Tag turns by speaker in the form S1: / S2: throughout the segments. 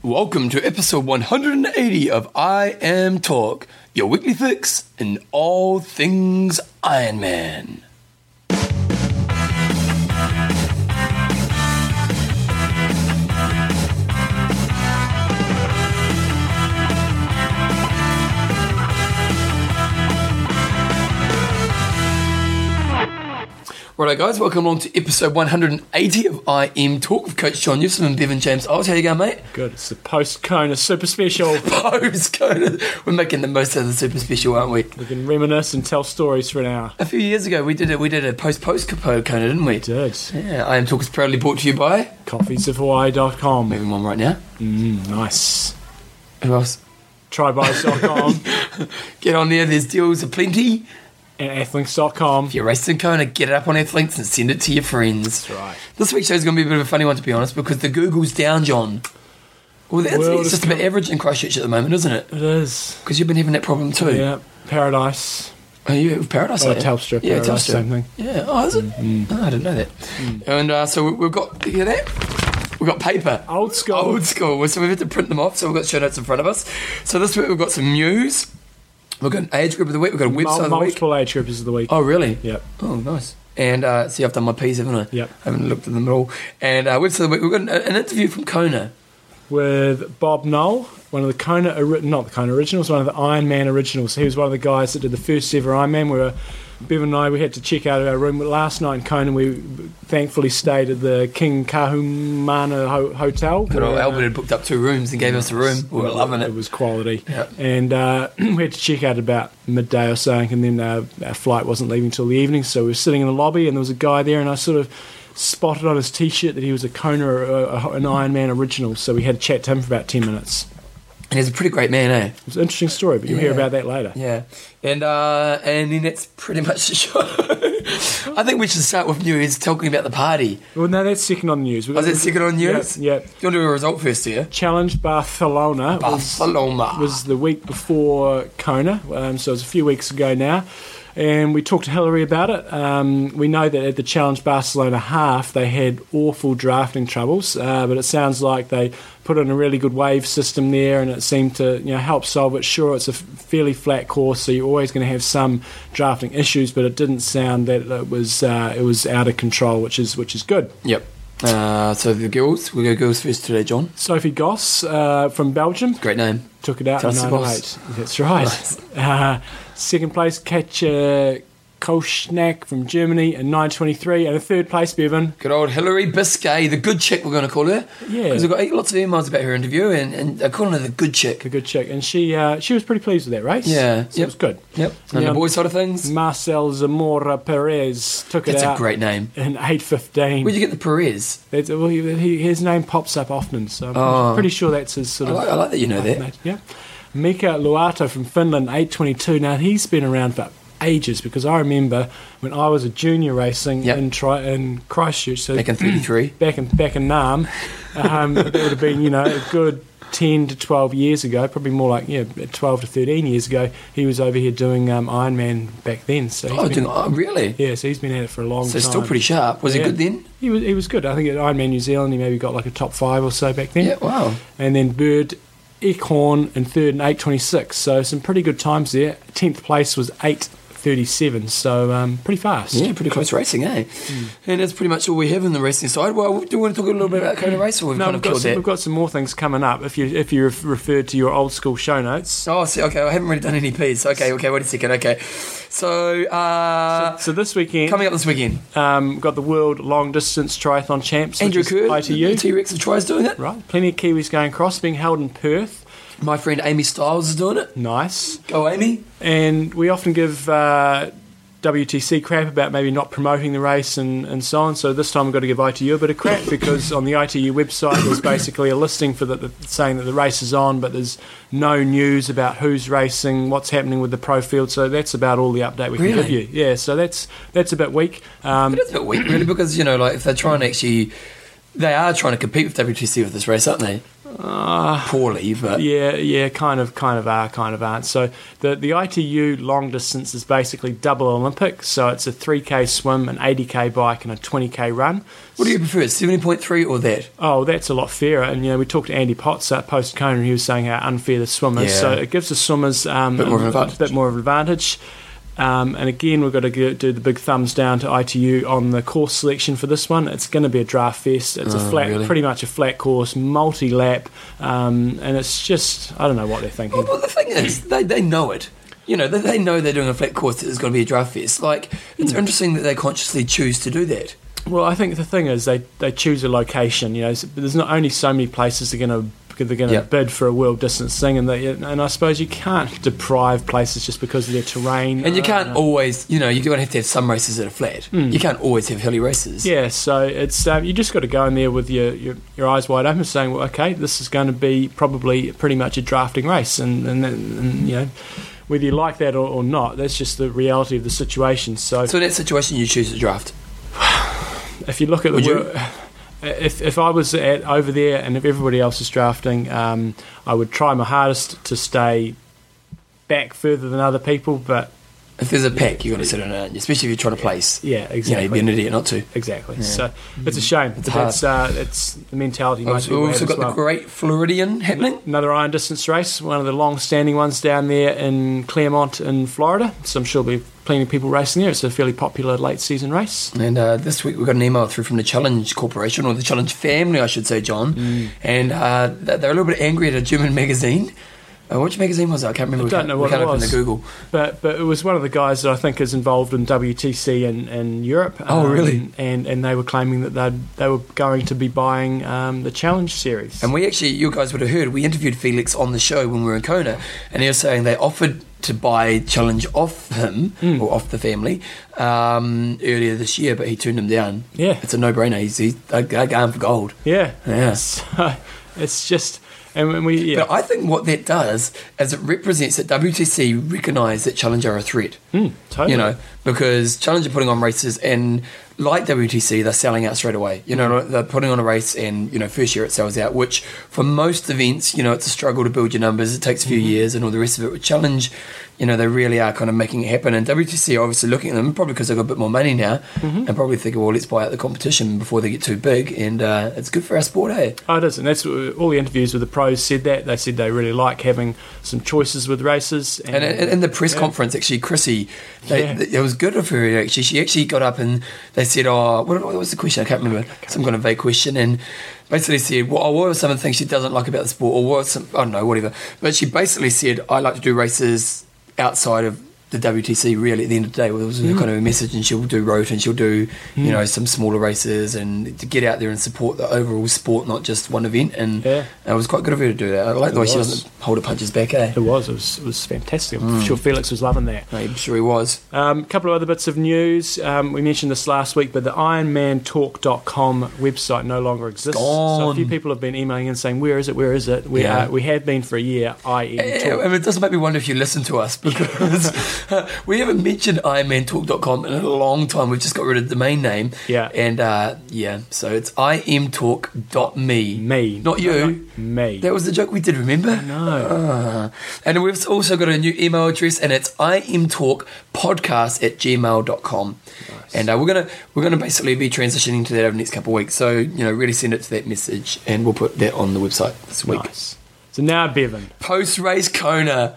S1: Welcome to episode 180 of I Am Talk, your weekly fix in all things Iron Man. Righto, guys, welcome along to episode 180 of I Am Talk with Coach John Newsom and Bevan James Oz. How you going, mate?
S2: Good. It's the post Kona super special.
S1: Pose code. We're making the most out of the super special, aren't we?
S2: We can reminisce and tell stories for an hour.
S1: A few years ago, we did a we did a post post Capo Kona, didn't we?
S2: Dude,
S1: Yeah, I Am Talk is proudly brought to you by.
S2: coffeesofhawaii.com.
S1: Moving on right now.
S2: Mm, nice.
S1: Who else?
S2: Tribuys.com
S1: Get on there. There's deals aplenty.
S2: and athlinks.com.
S1: If you're racing Kona, get it up on Athlinks and send it to your friends.
S2: That's right.
S1: This week's show is going to be a bit of a funny one, to be honest, because the Google's down, John. Well, the
S2: Well,
S1: internet's
S2: it's
S1: just about
S2: come-
S1: average in Christchurch at the moment, isn't it?
S2: It is.
S1: Because you've been having that problem too.
S2: Yeah. Paradise.
S1: Are you with Paradise?
S2: Oh,
S1: aren't you?
S2: Telstra.
S1: Yeah,
S2: Paradise,
S1: Telstra.
S2: same thing.
S1: Yeah. Oh, is it?
S2: Mm,
S1: Oh, I didn't know that. And uh, so we- we've got, you hear that? We've got paper.
S2: Old school.
S1: Old school. So we've had to print them off, so we've got show notes in front of us. So this week we've got some news. We've got an age group of the week. We've got a website
S2: Mul-
S1: of the week.
S2: multiple age groupers of the week.
S1: Oh, really?
S2: Yep.
S1: Oh, nice. And uh, see, I've done my piece, haven't I?
S2: Yep.
S1: I haven't looked at them at all. And uh, website of the week, we've got an, an interview from Kona.
S2: With Bob Knoll, one of the Kona, ori- not the Kona originals, one of the Iron Man originals. He was one of the guys that did the first ever Iron Man. We were, Bevan and I, we had to check out of our room last night in Kona. We thankfully stayed at the King Kahumana ho- Hotel.
S1: Good old
S2: Where, uh,
S1: Albert had booked up two rooms and gave us a room. We were loving it.
S2: It was quality.
S1: Yeah.
S2: And uh, we had to check out about midday or something, and then uh, our flight wasn't leaving till the evening. So we were sitting in the lobby, and there was a guy there, and I sort of spotted on his t-shirt that he was a Kona, uh, an Iron Man original. So we had a chat to him for about ten minutes.
S1: And he's a pretty great man, eh?
S2: It was an interesting story, but you'll hear
S1: Yeah.
S2: about that later.
S1: Yeah, and uh, and then that's pretty much the show. I think we should start with news, talking about the party.
S2: Well, no, that's second on the news. We've
S1: Oh,
S2: got-
S1: that's second on
S2: Yeah,
S1: news?
S2: Yeah.
S1: Do you want to do a result first here?
S2: Challenge Barcelona. was-
S1: Barcelona.
S2: was the week before Kona, um, so it was a few weeks ago now. And we talked to Hillary about it. Um, we know that at the Challenge Barcelona half, they had awful drafting troubles, uh, but it sounds like they put in a really good wave system there, and it seemed to you know help solve it. Sure, it's a f- fairly flat course, so you're always going to have some drafting issues, but it didn't sound that it was uh, it was out of control, which is which is good.
S1: Yep. Uh, so the girls, we'll go girls first today, John.
S2: Sophie Goss uh, from Belgium,
S1: Great name.
S2: Took it out in
S1: Tell us the
S2: 98. That's right.
S1: Nice.
S2: Uh, second place, Katja Koschnack from Germany in 923. And a third place, Bevan.
S1: Good old Hillary Biscay, the good chick we're going to call her.
S2: Yeah.
S1: Because we've got lots of emails about her interview, and, and they're calling her the good
S2: A
S1: chick.
S2: good chick. And she uh, she was pretty pleased with that race.
S1: Yeah.
S2: So
S1: Yep.
S2: it was good.
S1: Yep. And
S2: Yeah.
S1: the boy side of things,
S2: Marcel Zamora Perez took it
S1: that's a
S2: out
S1: great name.
S2: in 815.
S1: Where'd you get the Perez?
S2: That's- well, he, he- his name pops up often, so I'm pretty-
S1: Oh.
S2: pretty sure that's his sort
S1: I
S2: of.
S1: like, I like that you know that.
S2: Yeah. Mika Luato from Finland, 822. Now, he's been around for ages because I remember when I was a junior racing
S1: Yep.
S2: in, tri- in Christchurch, so
S1: Back in 33.
S2: back in, back in Nam, um, that would have been, you know, a good 10 to 12 years ago, probably more like, yeah, 12 to 13 years ago, he was over here doing um, Ironman back then. So he's
S1: Oh,
S2: been-
S1: doing, oh, really?
S2: yeah, so he's been at it for a long
S1: So
S2: time.
S1: still pretty sharp. Was he
S2: Yeah.
S1: good then?
S2: He was, he was good. I think at Ironman New Zealand, he maybe got like a top five or so back then.
S1: Yeah, wow.
S2: and then Bird, Ekhorn in third and 826. So some pretty good times there. 10th place was 837, so um, pretty fast.
S1: Yeah, pretty close racing, eh?
S2: Mm.
S1: And that's pretty much all we have on the racing side. Well, do you want to talk a little bit about Kona Race, or we've
S2: No,
S1: kind
S2: we've
S1: of
S2: got,
S1: killed
S2: some, we've
S1: that?
S2: got some more things coming up if you if you ref- referred to your old school show notes.
S1: Oh, see, okay, I haven't really done any P's. Okay, okay, wait a second. Okay, so uh,
S2: so this weekend,
S1: coming up this weekend,
S2: um, we've got the World Long Distance Triathlon Champs. which
S1: Andrew
S2: is
S1: Kerr,
S2: ITU.
S1: T Rex of Tries doing it.
S2: Right, plenty of Kiwis going across, being held in Perth.
S1: My friend Amy Styles is doing it.
S2: Nice.
S1: Go, Amy.
S2: and we often give uh, WTC crap about maybe not promoting the race and, and so on. So this time we've got to give ITU a bit of crap because on the ITU website there's basically a listing for the, the, saying that the race is on, but there's no news about who's racing, what's happening with the pro field. So that's about all the update we can give
S1: Really?
S2: you. Yeah, so that's that's a bit weak. Um,
S1: But it's a bit weak, really, because you know, like if they're trying to actually, they are trying to compete with WTC with this race, aren't they?
S2: Ah.
S1: poorly, but
S2: uh, Yeah, yeah, kind of, kind of are, kind of aren't. So the the ITU long distance is basically double Olympic. So it's a three k swim, an eighty k bike, and a twenty k run.
S1: what do you prefer, 70.3 or that?
S2: Oh, that's a lot fairer. And you know, we talked to Andy Potts at post Kona, and he was saying how unfair the swim is.
S1: Yeah.
S2: So it gives the swimmers um,
S1: Bit more of an advantage.
S2: bit more of an advantage. Um, and again, we've got to go- do the big thumbs down to ITU on the course selection for this one. It's going to be a draft fest. It's
S1: Oh,
S2: a flat,
S1: really?
S2: pretty much a flat course, multi lap, um, and it's just I don't know what they're thinking.
S1: Well, well, the thing is, they, they know it. You know, they, they know they're doing a flat course that is going to be a draft fest. Like, it's interesting that they consciously choose to do that.
S2: Well, I think the thing is they, they choose a location. You know, s- there's not only so many places they're going to they're going to
S1: Yeah.
S2: bid for a world distance thing, and they, and I suppose you can't deprive places just because of their terrain.
S1: And you
S2: Uh,
S1: can't always, you know, you're going to have to have some races that are flat. You can't always have hilly races.
S2: Yeah, so it's um, you just got to go in there with your, your, your eyes wide open, saying, "Well, okay, this is going to be probably pretty much a drafting race," and and, then- and you know whether you like that or, or not, that's just the reality of the situation. So,
S1: So in that situation, you choose the draft.
S2: if you look at the
S1: Would you?
S2: wor- if if I was at over there and if everybody else is drafting, um, I would try my hardest to stay back further than other people. But
S1: If there's a pack, you're going to sit in it, especially if you're trying to place. You know, you'd
S2: yeah,
S1: be
S2: exactly,
S1: an idiot not to.
S2: exactly. So it's a shame. It's
S1: hard.
S2: it's, uh, it's the mentality.
S1: We've
S2: most people have
S1: also
S2: as
S1: got
S2: well.
S1: the Great Floridian happening.
S2: Another iron distance race, one of the long-standing ones down there in Claremont in Florida. So I'm sure there'll be plenty of people racing there. It's a fairly popular late-season race.
S1: And uh, this week we got an email through from the Challenge Corporation, or the Challenge family, I should say, John.
S2: Mm.
S1: And uh, th- they're a little bit angry at a German magazine. Uh, which magazine was it? I can't remember.
S2: I
S1: We
S2: don't
S1: can't-
S2: know
S1: we
S2: what
S1: can't
S2: it
S1: open
S2: was.
S1: the Google.
S2: But but it was one of the guys that I think is involved in WTC in, in Europe. um,
S1: Oh, really?
S2: And and they were claiming that they they were going to be buying um, the Challenge series.
S1: And we actually, you guys would have heard, we interviewed Felix on the show when we were in Kona, and he was saying they offered to buy Challenge off him
S2: Mm.
S1: or off the family um, earlier this year, but he turned him down.
S2: yeah,
S1: It's a no-brainer. He's, he's I, I got him for gold.
S2: yeah.
S1: Yeah.
S2: So it's just and when we yeah.
S1: But I think what that does is it represents that WTC recognise that Challenge are a threat.
S2: Mm, totally.
S1: You know, because Challenge are putting on races and like WTC, they're selling out straight away. You know, they're putting on a race and, you know, first year it sells out, which for most events, you know, it's a struggle to build your numbers. It takes a few years and all the rest of it. With Challenge, you know, they really are kind of making it happen. And WTC are obviously looking at them, probably because they've got a bit more money now, and probably thinking, well, let's buy out the competition before they get too big. And uh, it's good for our sport, eh?
S2: Oh, it is, and that's what, all the interviews with the pros said that they said they really like having some choices with races. And,
S1: And in in the press
S2: yeah.
S1: conference, actually, Chrissy, they,
S2: Yeah.
S1: th- it was good of her. Actually, she actually got up and they said, "Oh, what, what was the question? I can't remember. Some kind of vague question." And basically said, "Well, what are some of the things she doesn't like about the sport, or what? are Some, I don't know, whatever." But she basically said, "I like to do races outside of." The WTC really at the end of the day was
S2: Mm.
S1: her kind of a message, and she'll do road and she'll do you know some smaller races and to get out there and support the overall sport, not just one event. And
S2: Yeah.
S1: it was quite good of her to do that. I like the way
S2: It
S1: she
S2: was.
S1: doesn't hold her punches back, eh?
S2: It was. It was, it was fantastic.
S1: Mm.
S2: I'm sure Felix was loving that.
S1: I'm sure he was.
S2: A um, couple of other bits of news. Um, we mentioned this last week, but the IronmanTalk.com website no longer exists. So a
S1: Gone.
S2: few people have been emailing and saying, "Where is it? Where is it?" We
S1: Yeah. Eh,
S2: uh, we have been for a year. I N
S1: Yeah,
S2: Talk.
S1: I mean, it does make me wonder if you listen to us because uh, we haven't mentioned IronManTalk.com in a long time. We've just got rid of the domain name.
S2: Yeah.
S1: And uh, yeah, so it's imtalk.me.
S2: Me,
S1: Not you.
S2: No, no, me.
S1: That was the joke we did, remember?
S2: no.
S1: Uh, and we've also got a new email address and it's imtalkpodcast at gmail.com. And uh, we're gonna we're gonna basically be transitioning to that over the next couple of weeks. So, you know, really send it to that message and we'll put that on the website this week.
S2: nice. So now Bevan,
S1: Post race Kona.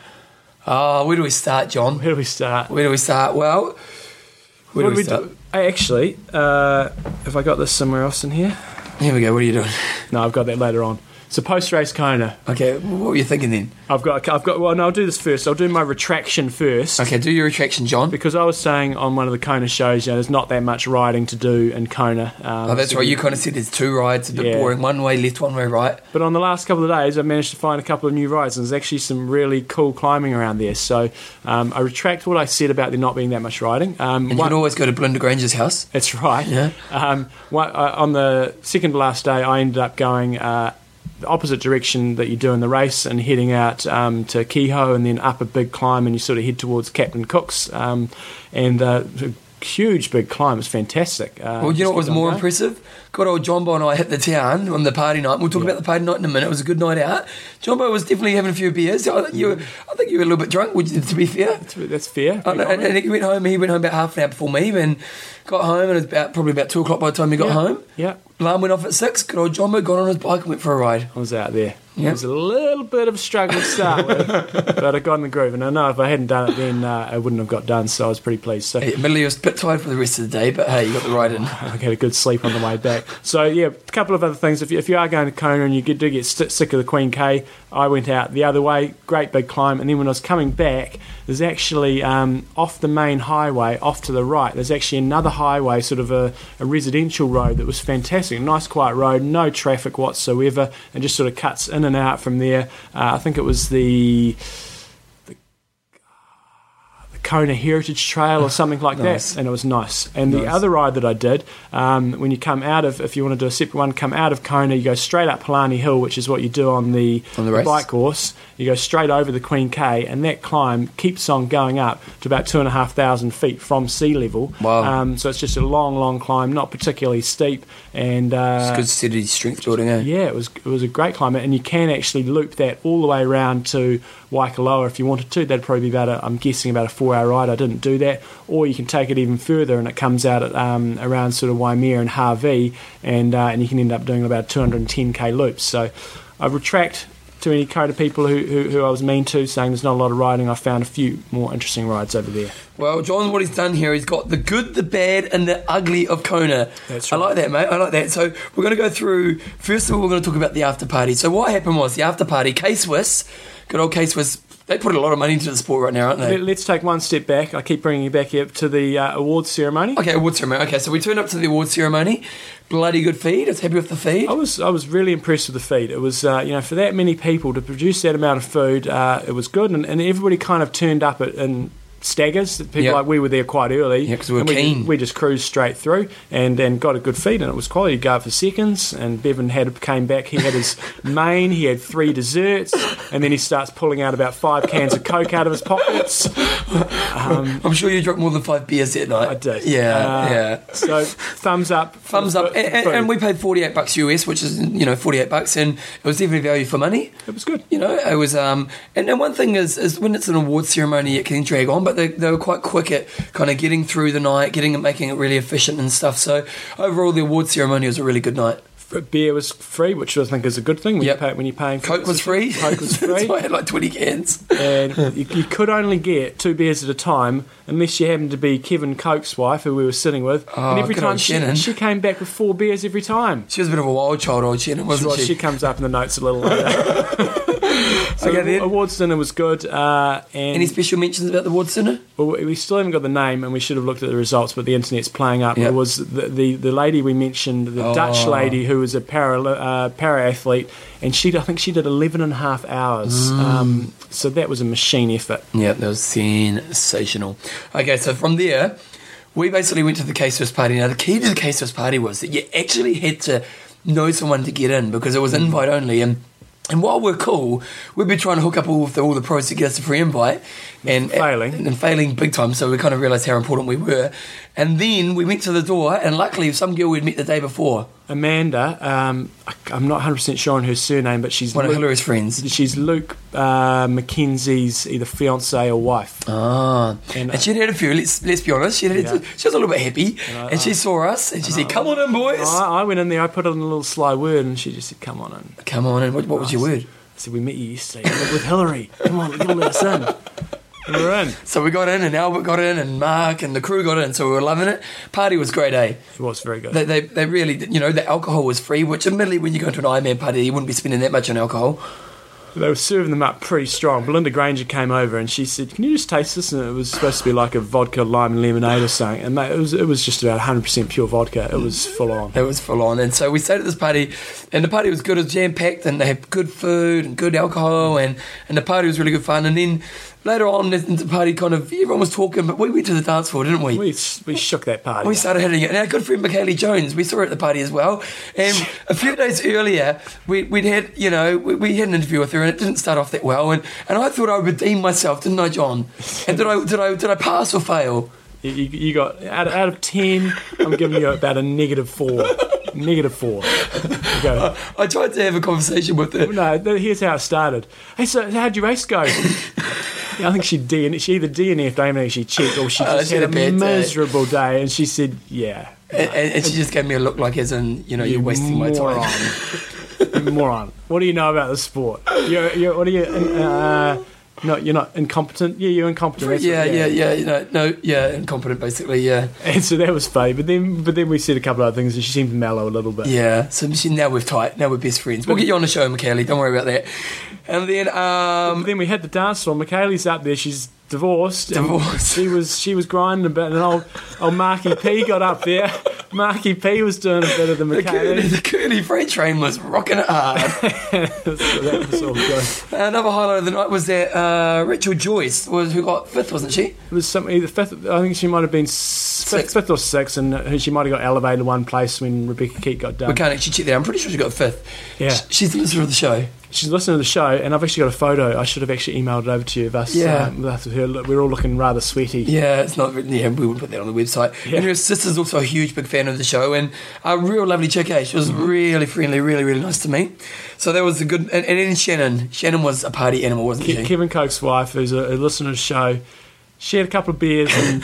S1: Ah, where do we start, John?
S2: where do we start?
S1: Where do we start? Well, where do
S2: What
S1: we start?
S2: I actually, uh, have I got this somewhere else in here?
S1: Here we go. What are you doing?
S2: No, I've got that later on. So post race Kona,
S1: Okay, what were you thinking then?
S2: I've got, I've got. Well, no, I'll do this first. I'll do my retraction first.
S1: Okay, do your attraction, John.
S2: Because I was saying on one of the Kona shows, you know, there's not that much riding to do in Kona. Um,
S1: Oh, that's
S2: so
S1: right.
S2: we-
S1: You kind of said there's two rides, a bit
S2: Yeah.
S1: boring. One way left, one way right.
S2: But on the last couple of days, I managed to find a couple of new rides, and there's actually some really cool climbing around there. So um, I retract what I said about there not being that much riding. Um,
S1: And you
S2: one-
S1: can always go to Belinda Granger's house.
S2: That's right.
S1: Yeah.
S2: Um, one, uh, on the second to last day, I ended up going uh, the opposite direction that you do in the race and heading out um, to Kehoe and then up a big climb and you sort of head towards Captain Cook's. Um, and uh, huge big climb. It was fantastic. Uh,
S1: Well, you know
S2: just
S1: what was
S2: kept on
S1: more
S2: going.
S1: impressive? Good old Jumbo and I hit the town on the party night. We'll talk about the party night in a minute. It was a good night out. Jumbo was definitely having a few beers. I think you were, I think you were a little bit drunk, would you- to be fair.
S2: That's- That's fair.
S1: And, Uh, and, and he went home. He went home about half an hour before me, and got home. And it was about probably about two o'clock by the time he got
S2: Yeah.
S1: home.
S2: Yeah.
S1: Alarm went off at six. Good old Jumbo got on his bike and went for a ride.
S2: I was out there.
S1: Yeah.
S2: It was a little bit of a struggle to start with, but I got in the groove. And I know if I hadn't done it then, uh, I wouldn't have got done. So I was pretty pleased. So
S1: Hey, admittedly, he was a bit tired for the rest of the day, but hey, you got the ride in.
S2: I had a good sleep on the way back. So yeah, a couple of other things. If you, if you are going to Kona and you get, do get st- sick of the Queen K, I went out the other way, great big climb, and then when I was coming back, there's actually um, off the main highway, off to the right, there's actually another highway, sort of a, a residential road that was fantastic, nice quiet road, no traffic whatsoever, and just sort of cuts in and out from there. Uh, I think it was the Kona Heritage Trail or something like
S1: Ah, Nice.
S2: that, and it was nice. And the
S1: Nice.
S2: other ride that I did, um, when you come out of, if you want to do a separate one, come out of Kona, you go straight up Polani Hill, which is what you do on the,
S1: On the race.
S2: bike course. You go straight over the Queen K, and that climb keeps on going up to about two and a half thousand feet from sea level.
S1: Wow.
S2: Um, so it's just a long, long climb, not particularly steep, and uh,
S1: It's good steady strength building, eh?
S2: yeah, it was it was a great climb, and you can actually loop that all the way around to Waikoloa if you wanted to. That'd probably be about a, I'm guessing about a four hour ride. I didn't do that, or you can take it even further, and it comes out at, um, around sort of Waimea and Harvey, and uh, and you can end up doing about 210k loops. So I retract to any kind of people who, who, who I was mean to, saying there's not a lot of riding. I found a few more interesting rides over there.
S1: Well, John, what he's done here, he's got the good, the bad, and the ugly of Kona.
S2: That's
S1: I
S2: right.
S1: like that, mate. I like that. So we're going to go through. First of all, we're going to talk about the after party. So what happened was the after party. K Swiss, good old K Swiss. They put a lot of money into the sport right now, aren't they?
S2: Let, us take one step back. I keep bringing you back here to the uh, awards ceremony.
S1: Okay, award ceremony. Okay, so we turned up to the award ceremony. Bloody good feed. I was happy with the feed.
S2: I was I was really impressed with the feed. It was uh, you know for that many people to produce that amount of food, uh, it was good, and, and everybody kind of turned up at, in staggers. People
S1: Yeah.
S2: like we were there quite early,
S1: Yeah, 'cause we were
S2: and
S1: keen.
S2: We, just cruised straight through and and got a good feed, and it was quality. You go out for seconds, and Bevan had came back. He had his main, he had three desserts, and then he starts pulling out about five cans of coke out of his pockets.
S1: I'm sure you drank more than five beers that night.
S2: I did,
S1: Yeah,
S2: Uh,
S1: yeah.
S2: So thumbs up, for
S1: Thumbs
S2: the
S1: up,
S2: fo-
S1: and, and,
S2: food.
S1: and we paid forty-eight bucks US, which is you know forty-eight bucks, and it was definitely value for money.
S2: it was good.
S1: You know, it was um, and, and one thing is is when it's an award ceremony, it can drag on, but they, they were quite quick at kind of getting through the night, getting it, making it really efficient and stuff. So overall, the award ceremony was a really good night.
S2: beer was free, which I think is a good thing when,
S1: Yep.
S2: you pay, when you're paying. for
S1: Coke
S2: it.
S1: was free.
S2: Coke was
S1: That's
S2: free,
S1: why I had like twenty cans.
S2: and you, you could only get two beers at a time unless you happened to be Kevin Coke's wife, who we were sitting with.
S1: Oh,
S2: and every
S1: good old
S2: time she,
S1: Shannon.
S2: she came back with four beers every time.
S1: She was a bit of a wild child, old Shannon, wasn't
S2: Well, she comes up in the notes a little later. so
S1: Okay,
S2: the
S1: then.
S2: awards dinner was good, uh,
S1: Any
S2: and
S1: special mentions about the award dinner?
S2: well, we still haven't got the name, and we should have looked at the results, but the internet's playing up.
S1: Yeah.
S2: It was the, the the lady we mentioned, the
S1: Oh.
S2: Dutch lady who was a para uh, para athlete, and she I think she did 11 and a half hours. Um, so that was a machine effort.
S1: Yeah, that was sensational. Okay, so from there, we basically went to the K Swiss party. Now, the key to the K Swiss party was that you actually had to know someone to get in because it was invite only. And and while we're cool, we'd be trying to hook up all of the, all the pros to get us a free invite, and
S2: Failing.
S1: and, failing big time. So we kind of realised how important we were. And then we went to the door, and luckily, some girl we'd met the day before,
S2: Amanda, um, I, am not 100 percent sure on her surname, but she's
S1: one of
S2: Luke,
S1: Hillary's friends.
S2: she's Luke uh, McKenzie's either fiance or wife.
S1: Ah, and,
S2: And I-
S1: she'd had a few. Let's let's be honest. She had
S2: Yeah.
S1: she was a little bit happy, and,
S2: I- uh,
S1: she saw us, and she said, "Come on in, boys."
S2: I, I went in there, I put in a little sly word, and she just said, "Come on in."
S1: Come on in. What, what was your word?
S2: I said, "We met you yesterday with Hillary. Come on, you'll let us in." And we're in.
S1: So we got in, and Albert got in, and Mark and the crew got in. So we were loving it. Party was great, eh?
S2: It was very good.
S1: They, they, they really, did- you know, the alcohol was free, which admittedly, when you go to an Ironman party, you wouldn't be spending that much on alcohol.
S2: They were serving them up pretty strong. Belinda Granger came over and she said, "Can you just taste this?" And it was supposed to be like a vodka lime and lemonade or something. And mate, it was it was just about 100 percent pure vodka. It was full on.
S1: It was full on. And so we stayed at this party, and the party was good. It was jam packed, and they had good food and good alcohol, and, and the party was really good fun. And then later on, the, the party kind of, everyone was talking, but we went to the dance floor, didn't we?
S2: We we shook that party.
S1: We started hitting it. And our good friend Michaeli Jones, we saw her at the party as well. And a few days earlier, we, we'd had, you know, we, we had an interview with her and it didn't start off that well. And, and I thought I would redeem myself, didn't I, John? And did I, did I, did I pass or fail?
S2: You, you- you got out of, out of ten. I'm giving you about a negative four. Negative four. You go,
S1: I tried to have a conversation with her.
S2: no, th- here's how it started. Hey, so how'd your race go? yeah, I think she DN- she either DNF'd, I don't think she checked, or she
S1: Oh,
S2: just
S1: she
S2: had,
S1: had a
S2: a
S1: bad day.
S2: miserable day. and she said, yeah.
S1: And, and, and she just gave me a look like, as in, you know,
S2: you
S1: you're wasting my
S2: moron.
S1: time.
S2: you moron. What do you know about the sport? You're, you're, what are you, uh, no, you're not incompetent? Yeah, you're incompetent. that's what-
S1: Yeah, yeah, yeah, you know, no, yeah, incompetent basically, yeah,
S2: And so that was funny. But then, but then we said a couple other things, and she seemed mellow a little bit.
S1: yeah. So she, now we're tight, now we're best friends. We'll get you on the show, Michaeli, don't worry about that. And then,
S2: But
S1: um,
S2: then we had the dance floor. Michaeli's up there. She's divorced. and
S1: Divorced.
S2: She was she was grinding a bit, and old old Marky P got up there. Marky P was doing a bit of the
S1: the Curly,
S2: Michaeli.
S1: the Curly freight train was rocking it hard.
S2: so that was all good.
S1: Another highlight of the night was that uh, Rachel Joyce was who got fifth, wasn't she?
S2: It was something. The fifth, I think she might have been s- fifth,
S1: Sixth.
S2: fifth or sixth, and she might have got elevated one place when Rebecca Keat got done.
S1: We can't actually check that. I'm pretty sure she got fifth.
S2: Um, Yeah.
S1: Sh- she's the listener of the show.
S2: She's listening to the show, and I've actually got a photo. I should have actually emailed it over to you of us.
S1: Yeah.
S2: um, with us- her, we're all looking rather sweaty.
S1: Yeah, it's not. Yeah, we wouldn't put that on the website.
S2: Yeah.
S1: And her sister's also a huge big fan of the show and a real lovely chick. Eh? She
S2: Mm-hmm.
S1: was really friendly, really really nice to me. So that was a good. And, and then Shannon, Shannon was a party animal, wasn't
S2: Ke-
S1: she?
S2: Kevin Koch's wife, who's a, a listener to the show, she had a couple of beers and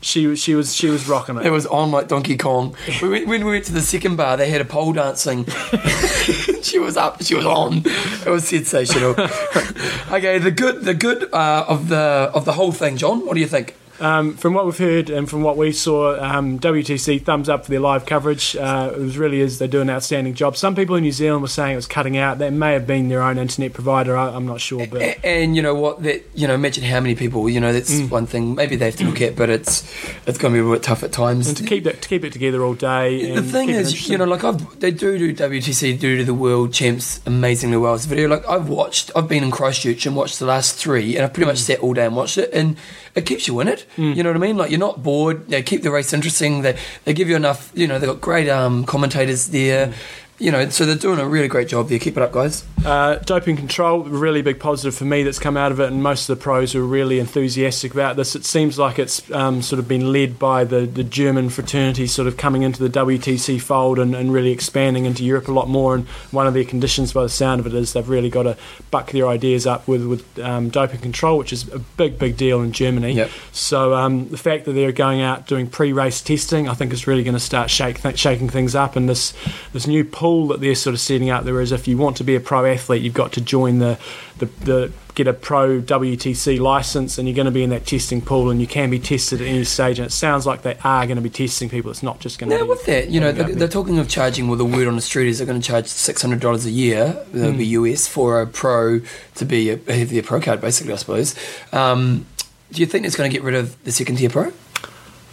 S2: she was- she was she was rocking
S1: It
S2: it.
S1: was on like Donkey Kong. We went, when we went to the second bar, they had a pole dancing. she was up. She was on. It was sensational. okay, the good, the good uh, of the of the whole thing, John. What do you think?
S2: Um, from what we've heard and from what we saw, um, WTC thumbs up for their live coverage. Uh, it was really is they do an outstanding job. Some people in New Zealand were saying it was cutting out. That may have been their own internet provider. I, I'm not sure, but
S1: A- And you know what? That you know, imagine how many people. You know, that's one thing. Maybe they have to look at, but it's it's going to be a bit tough at times.
S2: and to keep it to keep it together all day. And
S1: eh, the thing
S2: keep it
S1: is, you know, like I've they do do WTC do do the World Champs amazingly well. It's a video like I've watched. I've been in Christchurch and watched the last three, and I've pretty much
S2: Mm.
S1: sat all day and watched it, and it keeps you in it. You know what I mean? Like you're not bored. They keep the race interesting. They they give you enough. You know, they've got great um, commentators
S2: Mm.
S1: there. You know, so they're doing a really great job there. Keep it up, guys.
S2: Uh, doping control, really big positive for me that's come out of it, and most of the pros are really enthusiastic about this. It seems like it's um, sort of been led by the, the German fraternity sort of coming into the WTC fold and, and really expanding into Europe a lot more. And one of their conditions, by the sound of it, is they've really got to buck their ideas up with, with um, doping control, which is a big, big deal in Germany.
S1: Yep.
S2: So um, the fact that they're going out doing pre-race testing, I think, is really going to start shake th- shaking things up. And this this new pool that they're sort of setting up there is, if you want to be a pro athlete, you've got to join the the, the get a pro WTC license, and you're going to be in that testing pool, and you can be tested at any stage. And it sounds like they are going to be testing people. It's not just going to
S1: Now
S2: be
S1: with that, you know,
S2: Yeah.
S1: they're, they're talking of charging. Well, the word on the street is they're going to charge six hundred dollars a year, that'll
S2: Hmm.
S1: be US, for a pro to be a, have their pro card, basically, I suppose. Um, do you think it's going to get rid of the second tier pro?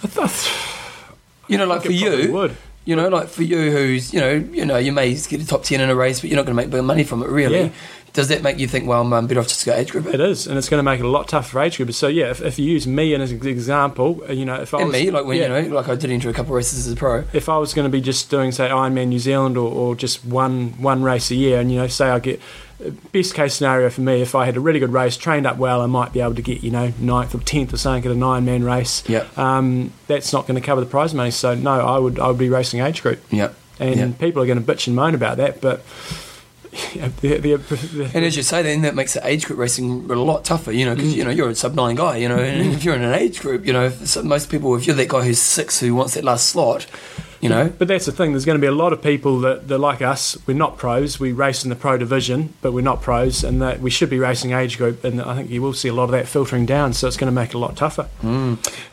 S2: I thought-
S1: You know, like
S2: think
S1: for
S2: it probably
S1: you,
S2: would.
S1: you know, like for you, who's you know, you know, you may get a top ten in a race, but you're not going to make big money from it, really.
S2: Yeah.
S1: Does that make you think, well, I'm um, better off just to go age group it?
S2: It is, and it's going to make it a lot tougher for age groupers. So yeah, if, if you use me as an example, uh, you know, if I
S1: And
S2: was,
S1: me, like when
S2: yeah.
S1: you know, like I did enter a couple races as a pro.
S2: if I was going to be just doing say Ironman New Zealand or, or just one one race a year, and you know say I get best case scenario for me, if I had a really good race, trained up well, I might be able to get you know ninth or tenth or something at an Ironman race.
S1: Yeah.
S2: Um, that's not going to cover the prize money. So no, I would I would be racing age group,
S1: Yeah,
S2: and
S1: yeah.
S2: people are going to bitch and moan about that, but. Yeah, the, the, the,
S1: And as you say, then that makes the age group racing a lot tougher, you know, because you know you're a sub nine guy, you know, and if you're in an age group, you know, if- so most people, if you're that guy who's six who wants that last slot, you know,
S2: But that's the thing. There's going to be a lot of people that, that like us. We're not pros. We race in the pro division, but we're not pros, and that we should be racing age group. And I think you will see a lot of that filtering down. So it's going to make it a lot tougher.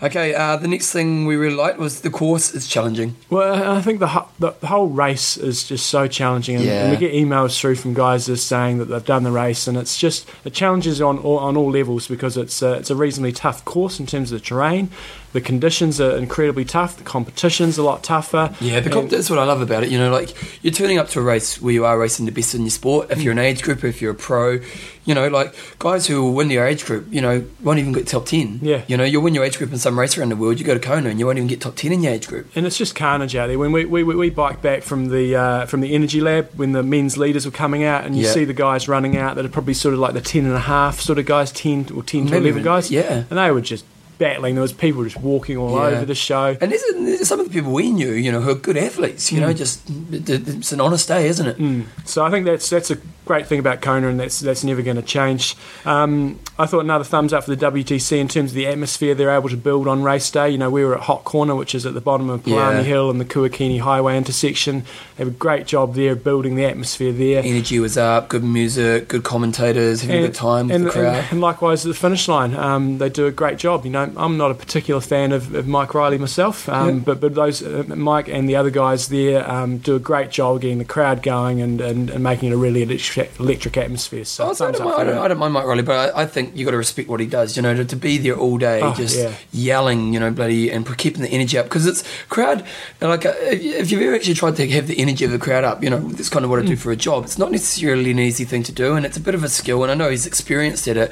S1: okay. Uh, the next thing we really liked was the course is challenging.
S2: Well, I think the, ho- the the whole race is just so challenging, and, and we
S1: Yeah.
S2: get emails through from guys just saying that they've done the race, and it's just the challenges on all, on all levels because it's a, it's a reasonably tough course in terms of the terrain. The conditions are incredibly tough. The competition's a lot tougher.
S1: Yeah, the
S2: And-
S1: comp- that's what I love about it. You know, like you're turning up to a race where you are racing the best in your sport. If you're an age group, if you're a pro, you know, like guys who will win their age group, you know, won't even get top ten.
S2: Yeah.
S1: you know, you'll win your age group in some race around the world. You go to Kona and you won't even get top ten in your age group.
S2: and it's just carnage out there. When we we, we, we bike back from the uh, from the energy lab, when the men's leaders were coming out, and you
S1: Yeah.
S2: see the guys running out that are probably sort of like the ten and a half sort of guys, ten or ten to
S1: Maybe
S2: eleven
S1: even-
S2: guys,
S1: yeah.
S2: and they were just battling. There was people just walking all
S1: Yeah.
S2: over the show.
S1: And there's, there's some of the people we knew, you know, who are good athletes. You
S2: Mm.
S1: know, just it's an honest day, isn't it?
S2: So I think that's that's a great thing about Kona, and that's that's never going to change. Um, I thought another thumbs up for the WTC in terms of the atmosphere they're able to build on race day. You know, we were at Hot Corner, which is at the bottom of Palami
S1: Yeah.
S2: Hill and the Kuakini Highway intersection. They have a great job there of building the atmosphere there.
S1: Energy was up, good music, good commentators, having a good time with
S2: and,
S1: the crowd.
S2: and- and likewise at the finish line, um, they do a great job. You know, I'm not a particular fan of, of Mike Riley myself, um,
S1: Yeah.
S2: but but those uh, Mike and the other guys there um, do a great job of getting the crowd going and, and, and making it a really electric, electric atmosphere. So
S1: I don't,
S2: thumbs up
S1: mind, I,
S2: for
S1: don't,
S2: that.
S1: I don't mind Mike Riley, but I, I think you got to respect what he does. You know, to, to be there all day,
S2: Oh,
S1: just
S2: yeah.
S1: yelling, you know, bloody and keeping the energy up because it's crowd. Like, uh, if you- if you've ever actually tried to have the energy of the crowd up, you know, that's kind of what I do for a job. It's not necessarily an easy thing to do, and it's a bit of a skill. And I know he's experienced at it,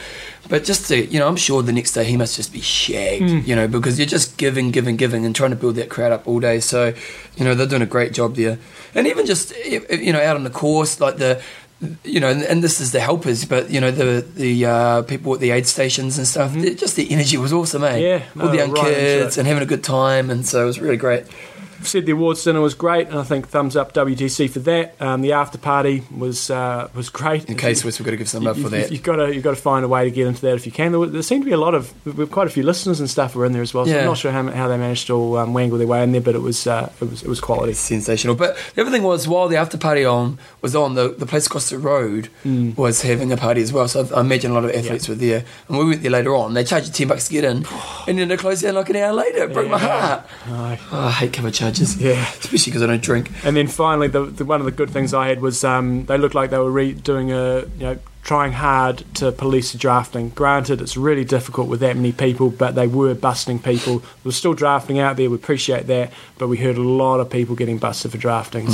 S1: but just to, you know, I'm sure the next day he must just be shagged, you know, because you're just giving, giving, giving, and trying to build that crowd up all day. So, you know, they're doing a great job there, and even just eh, eh, you know, out on the course, like the you know, and, and this is the helpers, but you know the the uh, people at the aid stations and stuff. the- Just the energy was awesome, eh?
S2: Yeah,
S1: all the
S2: no,
S1: young
S2: right into
S1: kids
S2: it.
S1: and having a good time, and so it was really great.
S2: said the awards dinner was great, and I think thumbs up WTC for that. Um, the after party was uh, was great.
S1: In case we've got to give some love
S2: you,
S1: for that.
S2: have got to you've got to find a way to get into that if you can. There, were- there seemed to be a lot of we've quite a few listeners and stuff were in there as well. So
S1: Yeah.
S2: I'm not sure how, how they managed to all, um, wangle their way in there, but it was uh, it was it was quality.
S1: sensational. But the other thing was, while the after party on was on, the, the place across the road
S2: Mm.
S1: was having a party as well. So I, I imagine a lot of athletes were there, and we went there later on. They charged you ten bucks to get in, and then they closed down like an hour later. It broke my
S2: Yeah.
S1: heart.
S2: Aye.
S1: Oh, I hate cover charges.
S2: Yeah.
S1: especially because I don't drink.
S2: And then finally, the, the one of the good things I had was um, they looked like they were re- doing a you know trying hard to police the drafting. Granted, it's really difficult with that many people, but they were busting people. There was still drafting out there. We appreciate that, but we heard a lot of people getting busted for drafting.
S1: Mm.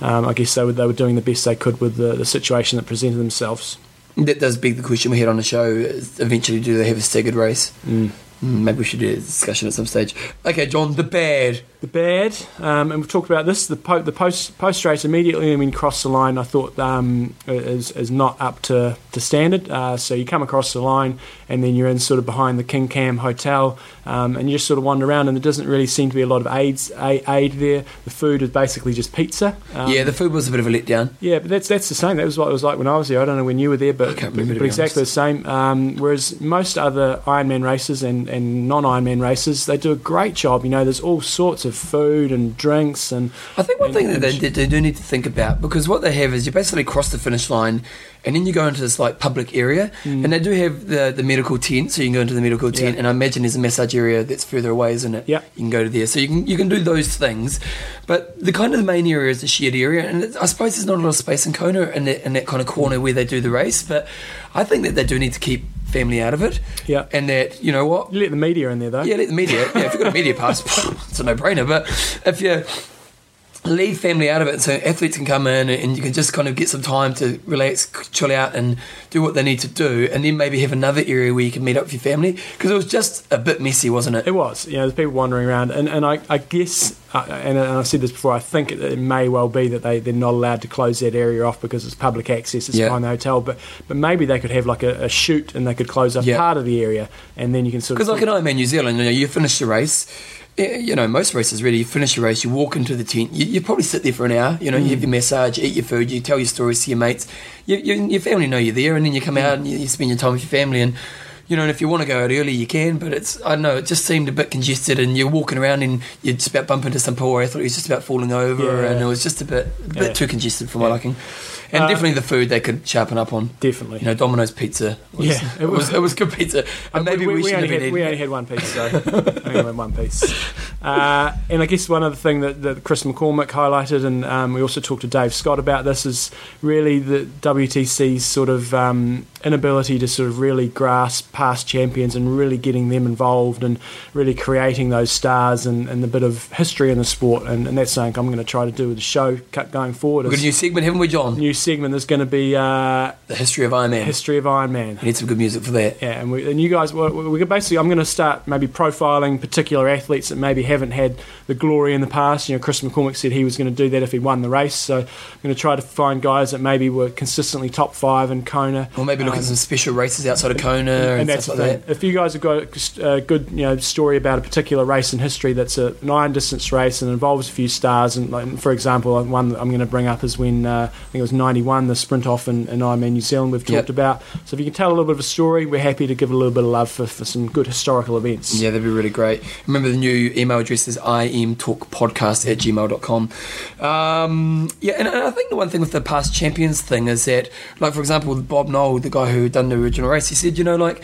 S2: So um, I guess they were they were doing the best they could with the, the situation that presented themselves.
S1: That does beg the question we had on the show. Is eventually, do they have a staggered race? Mm. Maybe we should do a discussion at some stage. Okay, John, the bad.
S2: The bad, um, and we've talked about this. The, po- the post post race immediately when you cross the line, I thought um, is is not up to to standard. Uh, so you come across the line, and then you're in sort of behind the King Cam Hotel, um, and you just sort of wander around, and there doesn't really seem to be a lot of aids a- aid there. The food is basically just pizza. Um,
S1: yeah, the food was a bit of a letdown.
S2: yeah, but that's that's the same. That was what it was like when I was there. I don't know when you were there, but,
S1: I can't
S2: but,
S1: remember, to
S2: but
S1: be
S2: exactly the same. Um, whereas most other Ironman races and, and non Ironman races, they do a great job. You know, there's all sorts of food and drinks and
S1: I think one
S2: and-
S1: thing that
S2: and
S1: they, they do need to think about because what they have is you basically cross the finish line and then you go into this like public area and they do have the, the medical tent so you can go into the medical tent
S2: Hmm. Yeah.
S1: and I imagine there's a massage area that's further away isn't it
S2: Yeah.
S1: you can go to there so you can you can do those things but the kind of the main area is the shared area and it's, I suppose there's not a lot of space in Kona in that, in that kind of corner where they do the race but I think that they do need to keep family out of it
S2: Yeah.
S1: and that you know what
S2: You let the media in there though.
S1: yeah, let the media. Yeah, if you've got a media pass, it's a no-brainer. But if you leave family out of it, so athletes can come in and you can just kind of get some time to relax, chill out, and do what they need to do, and then maybe have another area where you can meet up with your family because it was just a bit messy, wasn't it?
S2: It was, you know, there's people wandering around, and, and I, I guess, uh, and, and I said this before, I think it, it may well be that they, they're not allowed to close that area off because it's public access, it's
S1: Yeah.
S2: behind the hotel, but but maybe they could have like a, a shoot and they could close up
S1: Yeah.
S2: part of the area, and then you can sort of.
S1: Because like an Ironman New Zealand, you know, you finish the race. eh, You know, most races really. You finish the race, you walk into the tent. You, you probably sit there for an hour. You know, you
S2: Mm.
S1: have your massage, you eat your food, you tell your stories to your mates. You, you, your family know you're there, and then you
S2: Mm.
S1: come out and you, you spend your time with your family. And you know, and if you want to go out early, you can. But it's I don't know it just seemed a bit congested, and you're walking around and you're just about bump into some poor athlete who's just about falling over,
S2: Yeah.
S1: and it was just a bit a bit
S2: Yeah.
S1: too congested for my liking. And
S2: Uh,
S1: definitely the food they could sharpen up on.
S2: Definitely.
S1: You know, Domino's pizza. Was,
S2: Yeah,
S1: it was it was good pizza. And maybe we, should have
S2: only
S1: been
S2: had,
S1: eating
S2: we only had one piece, so we only had one piece. Uh, and I guess one other thing that, that Chris McCormick highlighted, and um, we also talked to Dave Scott about this, is really the WTC's sort of um, inability to sort of really grasp past champions and really getting them involved and really creating those stars and, and the bit of history in the sport. And, and that's something I'm going to try to do with the show cut going forward.
S1: We've got a
S2: is
S1: new segment, haven't we, John?
S2: new segment is going to be uh,
S1: The history of Iron Man.
S2: history of Iron Man.
S1: We need some good music for that.
S2: Yeah, and, we, and you guys, we're, we're basically, I'm going to start maybe profiling particular athletes that maybe haven't had the glory in the past. You know, Chris McCormick said he was going to do that if he won the race. So I'm going to try to find guys that maybe were consistently top five in Kona.
S1: Or maybe look
S2: Um,
S1: at some special races outside of Kona and, stuff
S2: the
S1: like
S2: thing.
S1: that.
S2: If you guys have got a good, you know, story about a particular race in history that's a, an iron distance race and involves a few stars, and like, for example, one that I'm going to bring up is when uh, I think it was '91, the sprint off in, in Ironman New Zealand we've talked
S1: Yep.
S2: about. So if you can tell a little bit of a story, we're happy to give a little bit of love for, for some good historical events.
S1: Yeah, that'd be really great. Remember, the new email address is imtalkpodcast at gmail.com. Um, yeah, and I think the one thing with the past champions thing is that, like, for example, with Bob Knoll, the guy who had done the original race, he said, you know, like,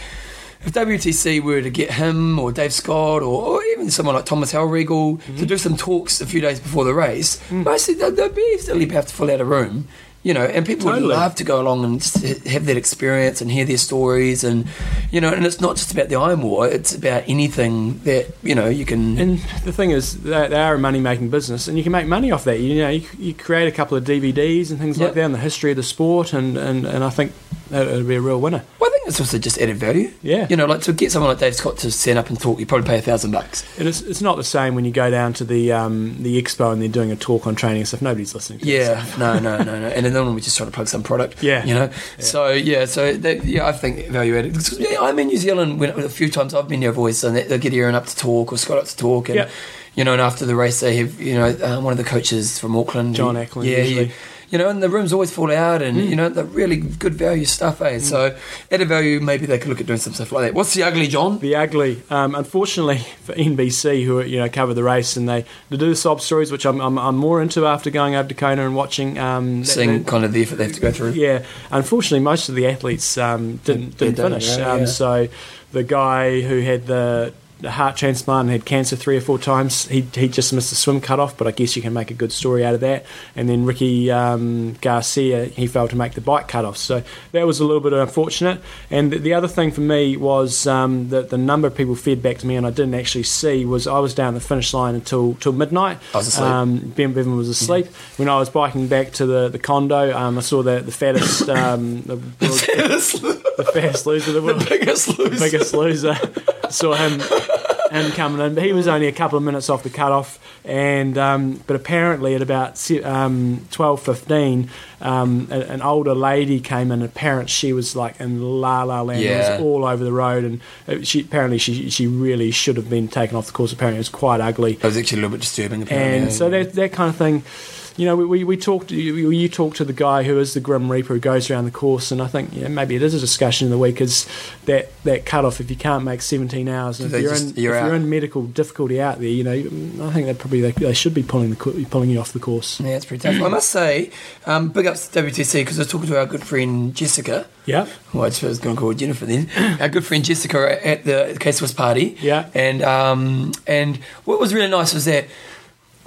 S1: if WTC were to get him or Dave Scott or, or even someone like Thomas Hellregal to do some talks a few days before the race, mostly they'd, they'd be easily have to fill out a room, you know, and people
S2: Totally.
S1: would love to go along and just ha- have that experience and hear their stories and, you know, and it's not just about the Iron War, it's about anything that, you know, you can...
S2: And the thing is, they, they are a money making business, and you can make money off that. You know, you, you create a couple of DVDs and things
S1: Yep.
S2: like that on the history of the sport, and, and, and I think that it'll be a real winner.
S1: well, I think it's also just added value.
S2: Yeah.
S1: You know, like to get someone like Dave Scott to stand up and talk, you probably pay a thousand bucks.
S2: And it's, it's not the same when you go down to the um, the expo and they're doing a talk on training and stuff. Nobody's listening. To that
S1: Yeah,
S2: stuff.
S1: no, no, no, no. And then normally we just try to plug some product.
S2: Yeah.
S1: You know? So, yeah, so that, yeah, I think value added. 'Cause, Yeah, I'm in New Zealand when, a few times I've been there, I've always done that. They'll get Aaron up to talk or Scott up to talk. And,
S2: Yep.
S1: you know, and after the race, they have, you know, um, one of the coaches from Auckland.
S2: John
S1: who-
S2: Ackland,
S1: Yeah,
S2: usually. Mm.
S1: he- you know, and the rooms always fall out, and you know, they're really good value stuff, eh? So, at a value, maybe they could look at doing some stuff like that. What's the ugly John?
S2: The ugly, um, unfortunately for NBC, who you know cover the race and they, they do the sob stories, which I'm, I'm, I'm more into after going over to Kona and watching. Um, that-
S1: Seeing
S2: that-
S1: kind of the effort they have to go through.
S2: yeah, unfortunately, most of the athletes um, didn't
S1: They're
S2: didn't
S1: done,
S2: finish.
S1: yeah,
S2: um,
S1: yeah.
S2: So the guy who had the, the heart transplant and had cancer three or four times, he he just missed the swim cutoff. But I guess you can make a good story out of that. And then Ricky um, Garcia, he failed to make the bike cutoff. So that was a little bit unfortunate. And the, the other thing for me was um, that the number of people fed back to me, and I didn't actually see was I was down the finish line until till midnight.
S1: I was asleep.
S2: Um, Ben Bevan was asleep. When I was biking back to the, the condo, um, I saw the, the fattest, um, the, the
S1: the
S2: fattest loser of the world,
S1: biggest loser.
S2: biggest loser. saw him him coming in, but he was only a couple of minutes off the cutoff. And um, but apparently at about se- um, twelve fifteen, um, a- an older lady came in. Apparently she was like in la la land. It was
S1: Yeah.
S2: all over the road, and uh, she apparently she she really should have been taken off the course. Apparently it was quite ugly
S1: That was actually a little bit disturbing. Apparently.
S2: and
S1: yeah.
S2: so that that kind of thing. You know, we, we, we talked. You, you talked to the guy who is the Grim Reaper who goes around the course, and I think yeah, maybe it is a discussion of the week is that that cutoff if you can't make seventeen hours, and
S1: They
S2: if you're
S1: just-
S2: in
S1: you're
S2: if you're
S1: out.
S2: in medical difficulty out there, you know, I think that probably they, they should be pulling the co- pulling you off the course.
S1: Yeah, it's pretty tough. I must say, um, big ups to WTC because I was talking to our good friend Jessica.
S2: Yeah,
S1: Well, I suppose I was going to call her Jennifer then. Our good friend Jessica at the Case Swiss party.
S2: Yeah.
S1: And um, and what was really nice was that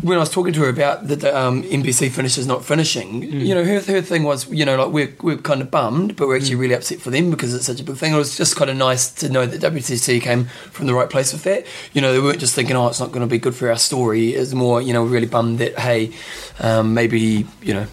S1: when I was talking to her about the, the um, NBC finishes not finishing, you know, her, her thing was, you know, like we're, we're kind of bummed, but we're actually really upset for them because it's such a big thing. It was just kind of nice to know that WTC came from the right place with that. You know, they weren't just thinking, oh, it's not going to be good for our story. It's more, you know, really bummed that, hey, um, maybe, you know,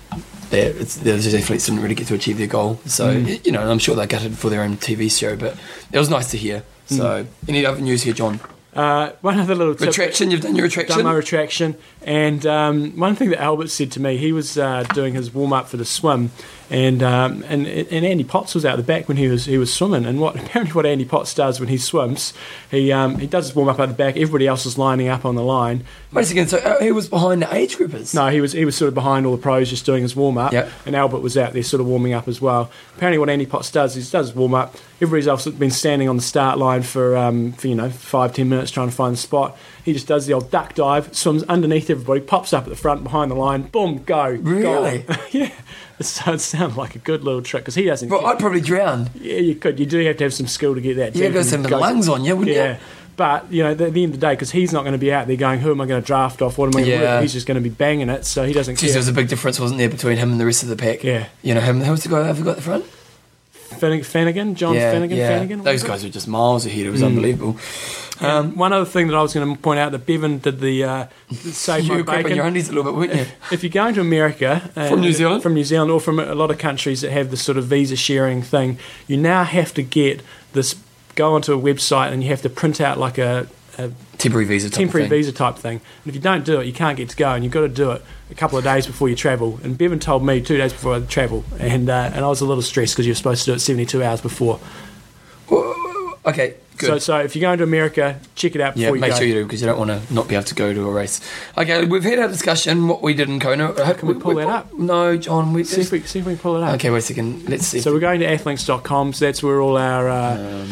S1: that it's, those athletes didn't really get to achieve their goal. So, you know, and I'm sure they're gutted for their own TV show, but it was nice to hear. So, any other news here, John?
S2: uh, one other little tip.
S1: Retraction, you've done your
S2: done
S1: retraction?
S2: my retraction. And um, one thing that Albert said to me, he was uh, doing his warm up for the swim, and, um, and and Andy Potts was out the back when he was he was swimming. And what apparently what Andy Potts does when he swims, he um, he does his warm up out the back. Everybody else is lining up on the line.
S1: Wait a second, so uh, who was behind the age groupers?
S2: No, he was he was sort of behind all the pros, just doing his warm up.
S1: Yep.
S2: And Albert was out there sort of warming up as well. Apparently, what Andy Potts does is does warm up. Everybody's else has been standing on the start line for um, for you know five ten minutes trying to find the spot. He just does the old duck dive, swims underneath everybody, pops up at the front behind the line, boom, go.
S1: Really?
S2: Goal. yeah. So it sounds like a good little trick because he doesn't.
S1: Well, I'd probably drown.
S2: yeah, you could. You do have to have some skill to get that.
S1: You
S2: deep
S1: would go
S2: and
S1: some of the lungs on you, wouldn't
S2: yeah.
S1: you?
S2: But you know, at the end of the day, because he's not going to be out there going, "Who am I going to draft off? What am I going to
S1: Yeah.
S2: work?" He's just going to be banging it, so he doesn't
S1: Geez, there
S2: care.
S1: was a big difference, wasn't there, between him and the rest of the pack?
S2: Yeah.
S1: You know, him, who was the guy over at the front?
S2: Fannig- Flanagan, John Flanagan, Flanagan.
S1: Those
S2: was it? Mm.
S1: guys were just miles ahead. It was unbelievable. Um,
S2: One other thing that I was going to point out that Bevan did the uh, save
S1: you
S2: my
S1: were crapping
S2: bacon.
S1: your undies a little bit, weren't you?
S2: if you're going to America uh,
S1: From New Zealand?
S2: from New Zealand, or from a lot of countries that have this sort of visa sharing thing, you now have to get this. Go onto a website and you have to print out like a a
S1: Temporary visa. Type
S2: temporary
S1: of thing.
S2: visa type thing. And if you don't do it, you can't get to go, and you've got to do it a couple of days before you travel. And Bevan told me two days before I travel, and uh, and I was a little stressed because you're supposed to do it 72 hours before.
S1: visa. Okay, good.
S2: So so if you're going to America, check it out
S1: yeah,
S2: before you
S1: make
S2: go.
S1: sure you do because you don't want to not be able to go to a race. Okay, we've had our discussion what we did in Kona.
S2: Can we pull that up?
S1: No, John. We,
S2: see if we see if we can pull it up.
S1: okay, wait a second. Let's see. if-
S2: So we're going to athlinks.com. So that's where all our uh,
S1: Um,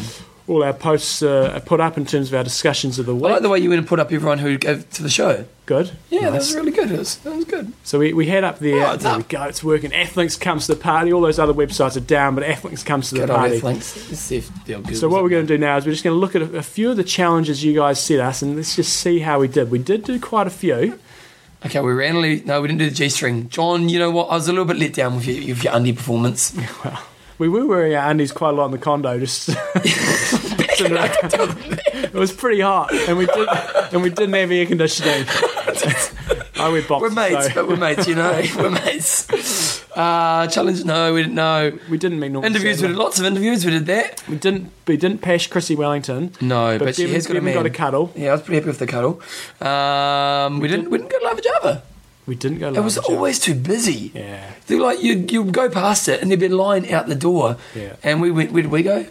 S2: all our posts uh, are put up in terms of our discussions of the
S1: I
S2: week.
S1: like the way you went and put up everyone who gave to the show.
S2: Good.
S1: Yeah, that
S2: Nice.
S1: was really good. That was, that was good.
S2: So we, we head up there.
S1: Oh, it's
S2: there we
S1: up.
S2: go. It's working. Athlinks comes to the party. All those other websites are down, but Athlinks comes to the
S1: Good old
S2: party.
S1: Athlinks. Let's see if they'll
S2: So what we're going to do now is we're just going to look at a, a few of the challenges you guys set us, and let's just see how we did. We did do quite a few.
S1: Okay, we randomly. No, we didn't do the G string. John, you know what? I was a little bit let down with your, with your undie performance.
S2: We were wearing our undies quite a lot in the condo, just. sitting around. it was pretty hot, and we did, and we didn't have air conditioning. I wear boxers.
S1: We're mates,
S2: so
S1: but we're mates, you know. we're mates. Uh, challenge? No, we didn't know.
S2: we didn't meet normal.
S1: Interviews, we did lots of interviews. We did that.
S2: We didn't. We didn't bash Chrissy Wellington.
S1: No, but, she
S2: Bevan-
S1: has got a
S2: Bevan
S1: man.
S2: got a cuddle.
S1: yeah, I was pretty happy with the cuddle. Um, we didn't. We didn't go to Lava Java.
S2: We didn't go.
S1: It was
S2: Lounge.
S1: always too busy.
S2: Yeah.
S1: They're like you. You go past it, and there'd be a line out the door.
S2: Yeah.
S1: And we went. Where did we go?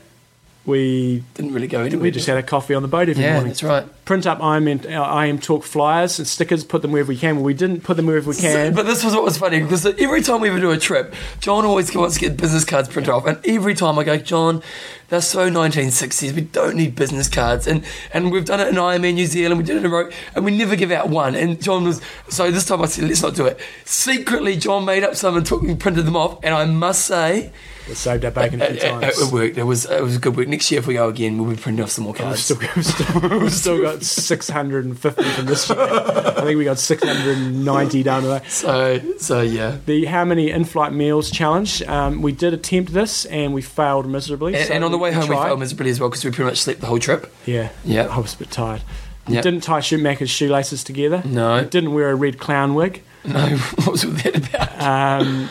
S2: We
S1: Didn't really go anywhere.
S2: we just had a coffee on the boat every
S1: Yeah,
S2: morning.
S1: that's right.
S2: Print up I am in, uh, I am talk flyers and stickers. Put them wherever we can. Well, we didn't put them wherever we
S1: So-
S2: can.
S1: but this was what was funny because every time we ever do a trip, John always wants to get business cards printed off, and every time I go, John, that's so 1960s. We don't need business cards, and and we've done it in Ironman New Zealand, we did it in Rome, and we never give out one. And John was so this time I said, let's not do it. Secretly, John made up some and took and printed them off, and I must say,
S2: we saved our bacon a few
S1: it, it-
S2: times.
S1: it worked. It was it was a good work. Next year, if we go again, we'll be printing off some more
S2: We've
S1: cards.
S2: still, we've still, we've still got 650 from this year. I think we got 690 down to that.
S1: so so yeah.
S2: The how many in-flight meals challenge. Um, we did attempt this and we failed miserably.
S1: And,
S2: so
S1: and on the way home, we
S2: tried.
S1: felt miserably as well because we pretty much slept the whole trip.
S2: Yeah,
S1: Yeah.
S2: I was a bit tired. We
S1: Yeah.
S2: didn't tie Shoemaker's shoelaces together.
S1: No.
S2: We didn't wear a red clown wig
S1: No, what was all that about?
S2: um,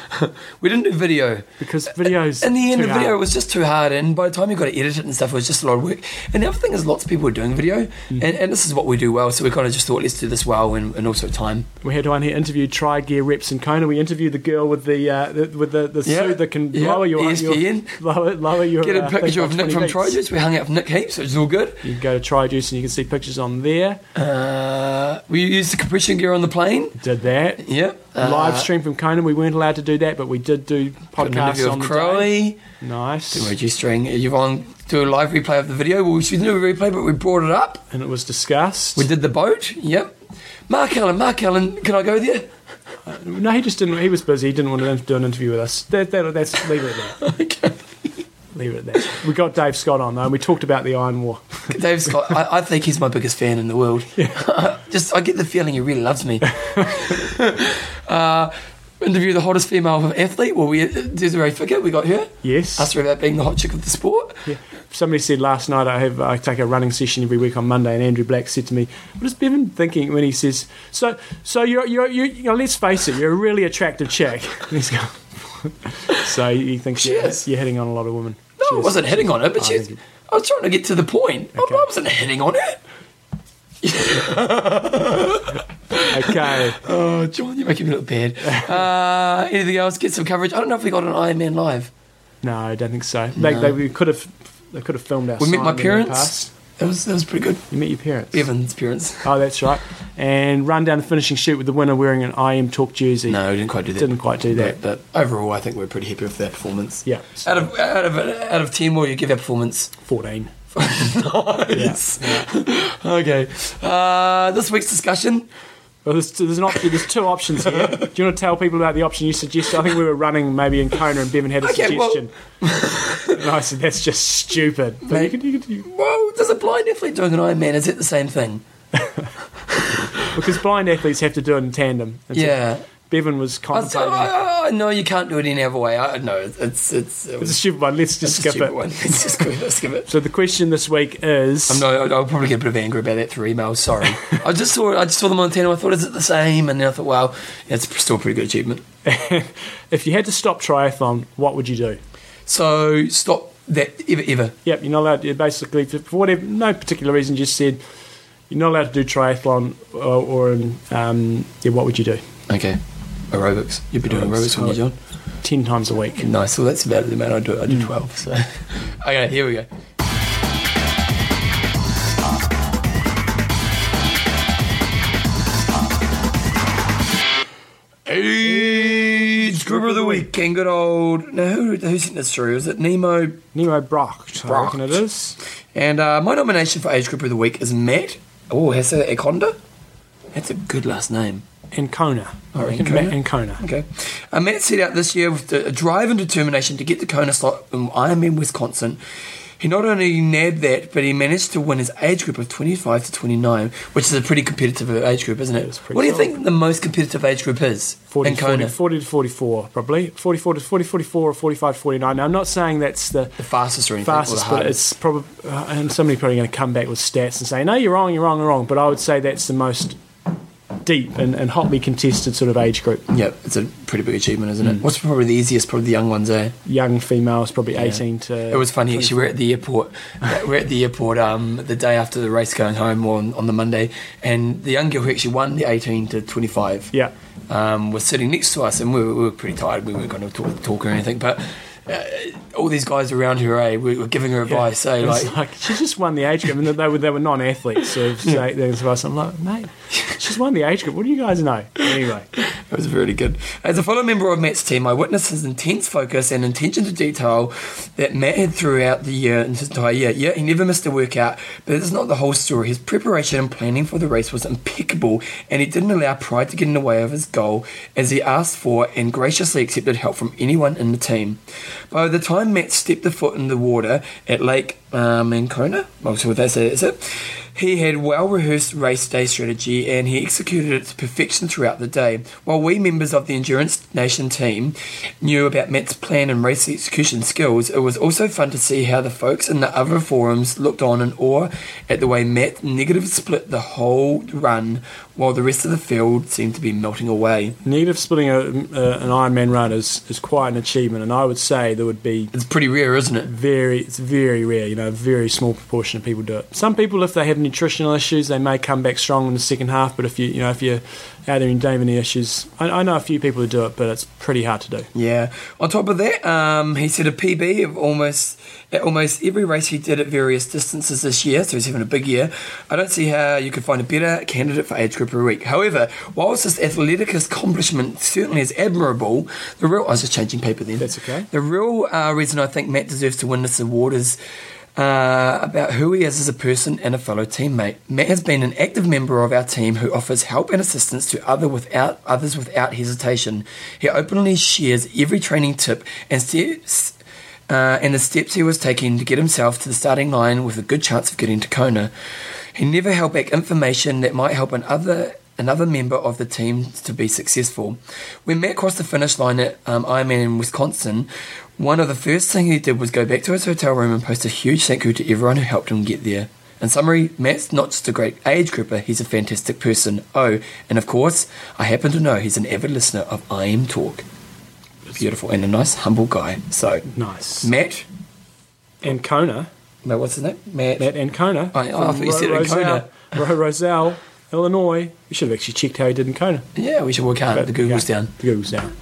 S1: We didn't do video.
S2: because videos.
S1: In the end,
S2: too
S1: the video
S2: hard.
S1: was just too hard, and by the time you got to edit it and stuff, it was just a lot of work. And the other thing is, lots of people are doing video, and, and this is what we do well, so we kind of just thought, let's do this well and, and also time.
S2: We had one here interviewed Tri Gear reps in Kona. We interviewed the girl with the, uh, the with the, the
S1: Yeah.
S2: suit that can
S1: Yeah. E
S2: lower your your
S1: ESPN.
S2: lower lower your
S1: Get a
S2: uh, thing
S1: picture
S2: by
S1: of Nick
S2: 20
S1: from
S2: beats.
S1: Trojuice. We hung out with Nick Heaps, which is all good.
S2: You can go to Tri Juice and you can see pictures on there.
S1: Uh, we used the compression gear on the plane.
S2: Did that.
S1: Yeah. Uh,
S2: Live stream from Kona. We weren't allowed to do that, but we did do
S1: got an interview
S2: podcasts on
S1: with
S2: the day.
S1: Crowley.
S2: Nice.
S1: We're G-string. Yvonne do a live replay of the video. Well, she didn't do a replay, but we brought it up.
S2: And it was discussed.
S1: We did the boat. Yep. Mark Allen, Mark Allen, can I go there?
S2: No, he just didn't. He was busy. He didn't want to do an interview with us. That, that, that's leave it at that. Leave it at that. We got Dave Scott on though, and we talked about the Iron War.
S1: Dave Scott, I, I think he's my biggest fan in the world. Just, I get the feeling he really loves me. uh, interview the hottest female athlete. Well, we Desiree Fickett, we got her.
S2: Yes.
S1: Asked her about being the hot chick of the sport.
S2: Yeah. Somebody said last night I have I take a running session every week on Monday, and Andrew Black said to me, "What is Bevan thinking when he says so? So you're you're, you're you know, let's face it, you're a really attractive chick." And he's going, so he thinks
S1: She
S2: you're,
S1: is.
S2: you're hitting on a lot of women.
S1: No,
S2: She
S1: I
S2: is.
S1: wasn't hitting on her, but
S2: I
S1: she's.
S2: think
S1: I was trying to get to the point. I-
S2: Okay.
S1: I wasn't hitting on her.
S2: Okay.
S1: Oh, John, you're making me look bad. Uh, anything else? Get some coverage. I don't know if we got an Iron Man live.
S2: No, I don't think so. They, they, we could have they could have filmed our
S1: We met
S2: sign
S1: my
S2: in the
S1: parents.
S2: past.
S1: That was that was pretty good.
S2: You met your parents.
S1: Evan's parents.
S2: Oh, that's right. And run down the finishing shoot with the winner wearing an I Am Talk jersey.
S1: No, we didn't quite do that.
S2: Didn't quite do that.
S1: But, but overall, I think we're pretty happy with that performance.
S2: Yeah.
S1: Out of out of out of ten, what do you give our performance?
S2: 14.
S1: nice. okay. Uh, this week's discussion.
S2: Well, there's, there's, an option, there's two options here. Do you want to tell people about the option you suggested? I think we were running maybe in Kona and Bevan had a
S1: Okay, well-
S2: suggestion. and I said, that's just stupid. But you could, you could, you,
S1: Whoa, does a blind athlete doing an Ironman? Is it the same thing?
S2: because blind athletes have to do it in tandem. And so
S1: Yeah.
S2: Bevan was
S1: I was-
S2: contemplating.
S1: oh, no, you can't do it any other way. I, no, it's it's
S2: it's a stupid one. Let's just skip it.
S1: One. It's just good. Let's skip it.
S2: So the question this week is.
S1: I'm no, I'll probably get a bit of anger about that through email. Sorry, I just saw I just saw the Montana. I thought, is it the same? And then I thought, well, yeah, it's still a pretty good achievement.
S2: if you had to stop triathlon, what would you do?
S1: So stop that ever ever.
S2: Yep, you're not allowed. you basically, for for whatever, no particular reason, just said, you're not allowed to do triathlon or, or um, um, yeah, what would you do?
S1: Okay. Aerobics. You'd be doing aerobics,
S2: Aerobics,
S1: wouldn't you, John?
S2: 10 times a week.
S1: Nice. Well, that's about the amount I do. I do 12. So, okay, here we go. Age group of the week. King good old. Now, who, who sent this through? Is it Nemo?
S2: Nemo Brocht, I reckon it
S1: Brocht.
S2: is.
S1: And uh, my nomination for age group of the week is Matt. Oh, Hesse Akonda. That's a good last name.
S2: And Kona.
S1: Oh,
S2: I reckon
S1: Ancona?
S2: Matt Ancona.
S1: Okay. Uh, Matt set out this year with the- a drive and determination to get the Kona slot in Ironman Wisconsin. He not only nabbed that, but he managed to win his age group of 25 to 29, which is a pretty competitive uh, age group, isn't it?
S2: it's pretty
S1: What do you
S2: strong.
S1: think the most competitive age group is
S2: 40,
S1: in Kona?
S2: 40, 40 to 44, probably. 44 to 40, 44 or 45 49. Now, I'm not saying that's the
S1: The fastest or anything? or the
S2: fastest, but
S1: hardest?
S2: it's probably, uh, and somebody probably going to come back with stats and say, no, you're wrong, you're wrong, you're wrong. But I would say that's the most deep and, and hotly contested sort of age group.
S1: Yeah, it's a pretty big achievement, isn't
S2: Mm.
S1: it? What's probably the easiest? Probably the young ones, eh?
S2: Young females, probably 18 to.
S1: It was funny actually. We're at the airport. We're at the airport um, the day after the race, going home on on the Monday, and the young girl who actually won the 18 to 25.
S2: Yeah.
S1: um, was sitting next to us, and we were, we were pretty tired. We weren't going to talk, talk or anything, but uh, all these guys around her, eh, we were giving her advice, eh,
S2: It was
S1: like,
S2: like, she just won the age group, and they were they were non-athletes. So if they, they were us, I'm like, mate, she's won the age group. What do you guys know? Anyway,
S1: It was really good. As a fellow member of Matt's team, I witnessed his intense focus and attention to detail that Matt had throughout the year and his entire year. Yeah, he never missed a workout, but it's not the whole story. His preparation and planning for the race was impeccable, and he didn't allow pride to get in the way of his goal as he asked for and graciously accepted help from anyone in the team. By the time Matt stepped a foot in the water at Lake um, Mancona, well, so that's it, is it? He had well rehearsed race day strategy and he executed it to perfection throughout the day. While we members of the Endurance Nation team knew about Matt's plan and race execution skills, it was also fun to see how the folks in the other forums looked on in awe at the way Matt negative split the whole run while the rest of the field seemed to be melting away.
S2: negative splitting a, a, an Ironman run is is quite an achievement, and I would say there would be
S1: It's pretty rare, isn't it?
S2: very it's very rare. You know, a very small proportion of people do it. Some people, if they have nutritional issues, they may come back strong in the second half. But if you you know if you're out there and don't have any issues, I, I know a few people who do it, but it's pretty hard to do.
S1: Yeah. On top of that, um, he set a PB of almost at almost every race he did at various distances this year, so he's having a big year. I don't see how you could find a better candidate for age group of the week. However, whilst this athletic accomplishment certainly is admirable, the real I was just changing paper then.
S2: That's okay.
S1: The real uh, reason I think Matt deserves to win this award is uh, about who he is as a person and a fellow teammate. Matt has been an active member of our team who offers help and assistance to other without others without hesitation. He openly shares every training tip and steps. Uh, and the steps he was taking to get himself to the starting line with a good chance of getting to Kona. He never held back information that might help another another member of the team to be successful. When Matt crossed the finish line at um, Ironman in Wisconsin, one of the first things he did was go back to his hotel room and post a huge thank you to everyone who helped him get there. In summary, Matt's not just a great age grouper, he's a fantastic person. Oh, and of course, I happen to know he's an avid listener of I Am Talk. Beautiful and a nice, humble guy. So,
S2: Nice.
S1: Matt,
S2: And Kona.
S1: no, what's his name? Matt.
S2: Matt Ancona.
S1: I- I thought you said Ancona.
S2: Ro- Roselle, Illinois. We should have actually checked how he did in Kona.
S1: Yeah, we should work out. The Google's
S2: Yeah,
S1: down.
S2: The Google's down.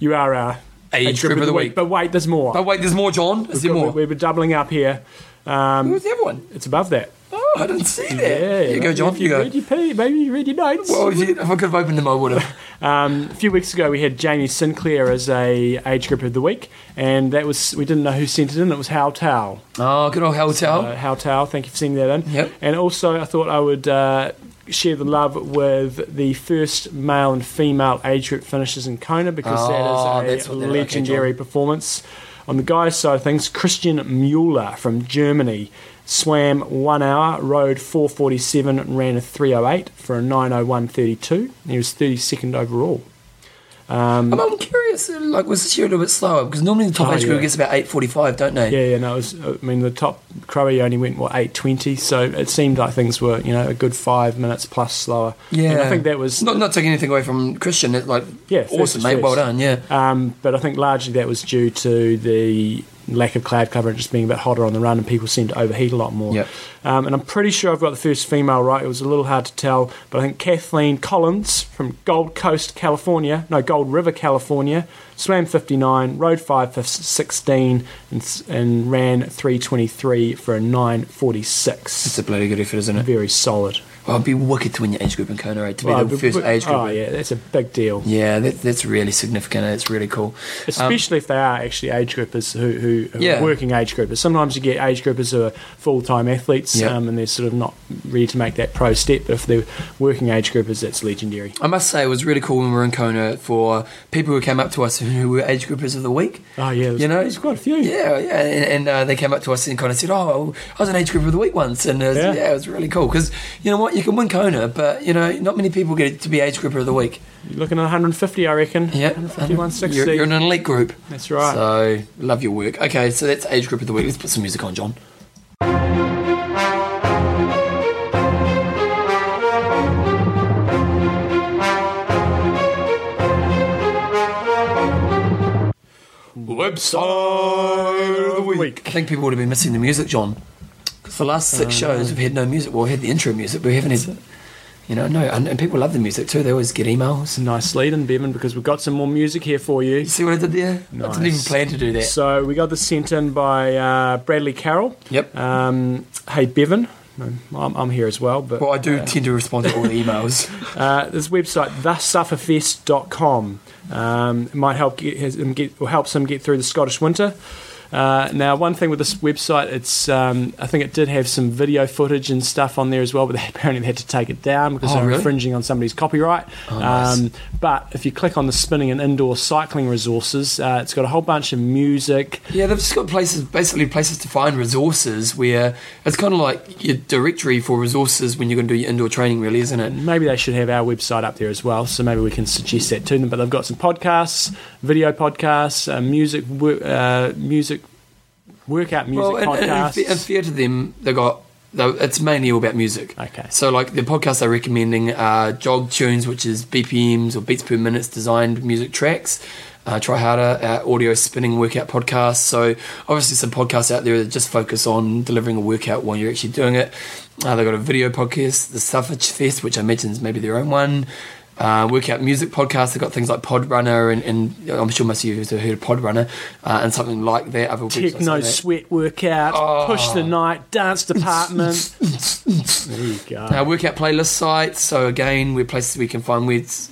S2: You are our
S1: Age group of the week.
S2: But wait, there's more.
S1: Oh, wait, there's more, John. Is there
S2: We-
S1: more?
S2: We, were doubling up here. Um,
S1: Where's the other one?
S2: it's above that.
S1: Oh, I didn't see that. Here you go,
S2: right.
S1: John.
S2: If
S1: You go.
S2: read your pay, maybe you read your notes.
S1: Well, if, you, if I could have opened them, I would have.
S2: Um, a few weeks ago, we had Jamie Sinclair as a age group of the week, and that was we didn't know who sent it in. It was Hal Tao.
S1: Oh, good old hotel.
S2: uh, Hal Tao. Thank you for sending that in.
S1: Yep.
S2: And also, I thought I would uh, share the love with the first male and female age group finishes in Kona because
S1: Oh,
S2: that
S1: that's
S2: is a
S1: what that- okay,
S2: legendary performance. On the guys' side of things, Christian Mueller from Germany swam one hour, rode 4:47, and ran a 3:08 for a 9:01:32. He was 32nd overall.
S1: I'm, I'm curious. uh, Like, was this year a little bit slower? Because normally the top
S2: Um, Oh,
S1: age group
S2: yeah.
S1: gets about 8:45, don't they?
S2: Yeah, yeah, no, it was, I mean, the top Crowe only went, what, 8.20, so it seemed like things were, you know, a good five minutes plus slower.
S1: Yeah.
S2: And I think that was,
S1: not not taking anything away from Christian. It's like
S2: Yeah, first
S1: awesome,
S2: is
S1: mate.
S2: first.
S1: Well done. Yeah.
S2: um, but I think largely that was due to the lack of cloud cover and just being a bit hotter on the run, and people seem to overheat a lot more.
S1: Yep.
S2: Um, and I'm pretty sure I've got the first female right. It was a little hard to tell, but I think Kathleen Collins from Gold Coast, California, no, Gold River, California, swam 59, rode 516, and, s- and ran 323 for a 946.
S1: It's a bloody good effort, isn't it?
S2: Very solid.
S1: Well, it'd be wicked to win your age group in Kona, eh? To be
S2: Well,
S1: the
S2: but-
S1: first
S2: but-
S1: age group.
S2: Oh, yeah, that's a big deal.
S1: Yeah, that, that's really significant. and It's really cool. Um,
S2: Especially if they are actually age groupers who, who, who
S1: Yeah.
S2: are working age groupers. Sometimes you get age groupers who are full time athletes
S1: Yeah.
S2: um, and they're sort of not ready to make that pro step, but if they're working age groupers, that's legendary.
S1: I must say, it was really cool when we were in Kona for people who came up to us who were age groupers of the week.
S2: Oh, yeah. There's,
S1: You know,
S2: there's quite a few.
S1: Yeah, yeah, and, and uh, they came up to us and kind of said, "Oh, I was an age group of the week once," and it was, yeah.
S2: Yeah.
S1: it was really cool because you know what, you can win Kona, but you know, not many people get to be age group of the week.
S2: You're looking at 150, I reckon.
S1: Yeah,
S2: 150, 160.
S1: You're, you're in an elite group,
S2: that's right.
S1: so love your work. Okay, so that's age group of the week. Let's put some music on, John.
S2: Website of the week. Oh,
S1: I think people would have been missing the music, John. Because the last six shows we've had no music. Well, we had the intro music, but we haven't had, you know, no. And, and people love the music too. They always get emails.
S2: It's a nice lead in, Bevan, because we've got some more music here for you.
S1: You see what I did there? I didn't even
S2: Nice.
S1: plan to do that.
S2: So we got this sent in by uh, Bradley Carroll.
S1: Yep.
S2: Um, hey, Bevan. No, I'm, I'm here as well, but
S1: well, I do tend to respond to all the emails.
S2: uh, this website, thesufferfest.com, um, it might help get, has, him get, or helps him get through the Scottish winter. Uh, now, one thing with this website, it's um, I think it did have some video footage and stuff on there as well, but they apparently they had to take it down because
S1: Oh,
S2: they were
S1: really? Oh,
S2: infringing on somebody's copyright.
S1: nice.
S2: um, but if you click on the spinning and indoor cycling resources, uh, it's got a whole bunch of music.
S1: yeah, they've just got places, basically places to find resources where it's kind of like your directory for resources when you're going to do your indoor training, really, isn't it?
S2: Maybe they should have our website up there as well, so maybe we can suggest that to them. But they've got some podcasts, video podcasts, uh, music, wor- uh, music, workout music
S1: well, and, and, and,
S2: podcasts.
S1: fair, and fair to them, they got. they It's mainly all about music.
S2: Okay.
S1: So, like the podcast they're recommending are Jog Tunes, which is BPMs or beats per minutes designed music tracks. Uh, Try Harder, our audio spinning workout podcast. So, obviously, some podcasts out there that just focus on delivering a workout while you're actually doing it. Uh, they've got a video podcast, the Suffrage Fest, which I mentioned is maybe their own one. Uh, workout music podcast. They've got things like Podrunner, and, and I'm sure most of you have heard of Podrunner uh, and something like that. Other websites
S2: Techno
S1: like that.
S2: sweat workout,
S1: Oh.
S2: push the night, dance department. there you go.
S1: Our workout playlist sites. So again, we're places we can find with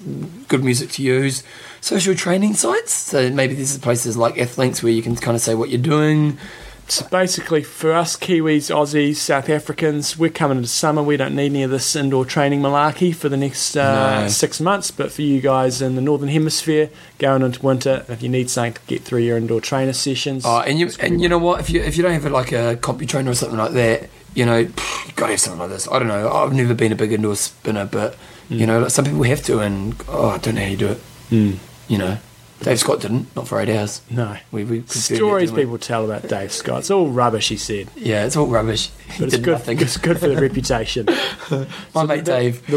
S1: good music to use. Social training sites. So maybe this is places like Athlinks where you can kind of say what you're doing.
S2: So basically, for us Kiwis, Aussies, South Africans, we're coming into summer. We don't need any of this indoor training malarkey for the next uh,
S1: No.
S2: six months. But for you guys in the Northern Hemisphere, going into winter, if you need something to get through your indoor trainer sessions,
S1: Oh, and you
S2: that's what we
S1: and you
S2: want.
S1: know what? If you if you don't have like a compu trainer or something like that, you know, pff, you gotta have something like this. I don't know. I've never been a big indoor spinner, but
S2: Hmm.
S1: you know, like some people have to, and oh, I don't know how you do it. You know, Dave Scott didn't. Not for eight hours.
S2: no.
S1: We, we confirmed that,
S2: Stories
S1: didn't we?
S2: people tell about Dave Scott. It's all rubbish, he said.
S1: Yeah, it's all rubbish. He
S2: But it's
S1: did
S2: good,
S1: nothing.
S2: it's good for the reputation.
S1: My
S2: So
S1: mate
S2: the-
S1: Dave.
S2: The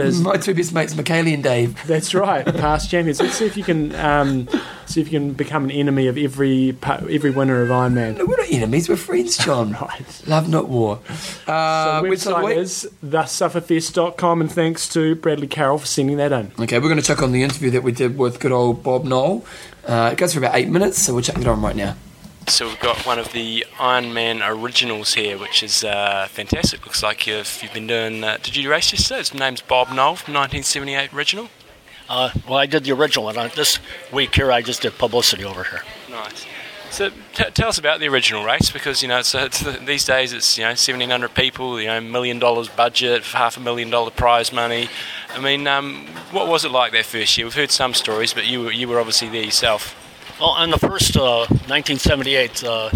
S2: is
S1: My two best mates, Michaeli and Dave.
S2: That's right, past champions. Let's see if you can um, see if you can become an enemy of every pa- every winner of Ironman.
S1: No, we're not enemies, we're friends, John.
S2: Right.
S1: Love, not war. Uh,
S2: So
S1: website of the
S2: website
S1: week.
S2: is thesufferfest.com and thanks to Bradley Carroll for sending that in.
S1: Okay, we're going to check on the interview that we did with good old Bob Knoll. Uh, it goes for about eight minutes, so we'll check it on right now.
S3: So we've got one of the Iron Man originals here, which is uh, fantastic. Looks like you've, you've been doing. Uh, did you race yesterday? His name's Bob Knoll from 1978 original.
S4: Uh, well, I did the original, and uh, this week here I just did publicity over here.
S3: Nice. So t- tell us about the original race because you know it's, it's the, these days it's you know 1,700 people, you know million dollars budget, half a million dollar prize money. I mean, um, what was it like that first year? We've heard some stories, but you were- you were obviously there yourself.
S4: Well, on the first uh, 1978, uh,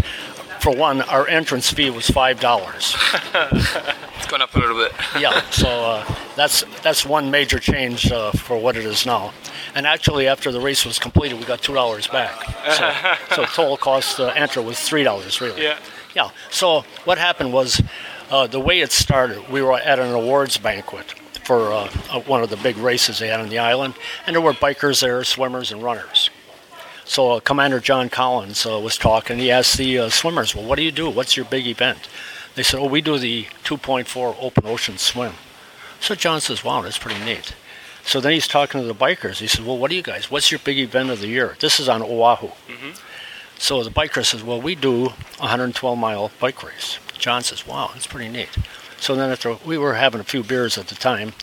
S4: for one, our entrance fee was five dollars.
S3: It's gone up a little bit.
S4: yeah, so uh, that's that's one major change uh, for what it is now. And actually, after the race was completed, we got two dollars back. So, so total cost to enter was three dollars, really.
S3: Yeah.
S4: Yeah. So what happened was, uh, the way it started, we were at an awards banquet for uh, uh, one of the big races they had on the island, and there were bikers there, swimmers, and runners. So uh, Commander John Collins uh, was talking. He asked the uh, swimmers, "Well, what do you do? What's your big event?" They said, "Oh, we do the 2.4 open ocean swim." So John says, "Wow, that's pretty neat." So then he's talking to the bikers. He says, "Well, what do you guys? What's your big event of the year?" This is on Oahu. So the biker says, "Well, we do a 112 mile bike race." John says, "Wow, that's pretty neat." So then after we were having a few beers at the time,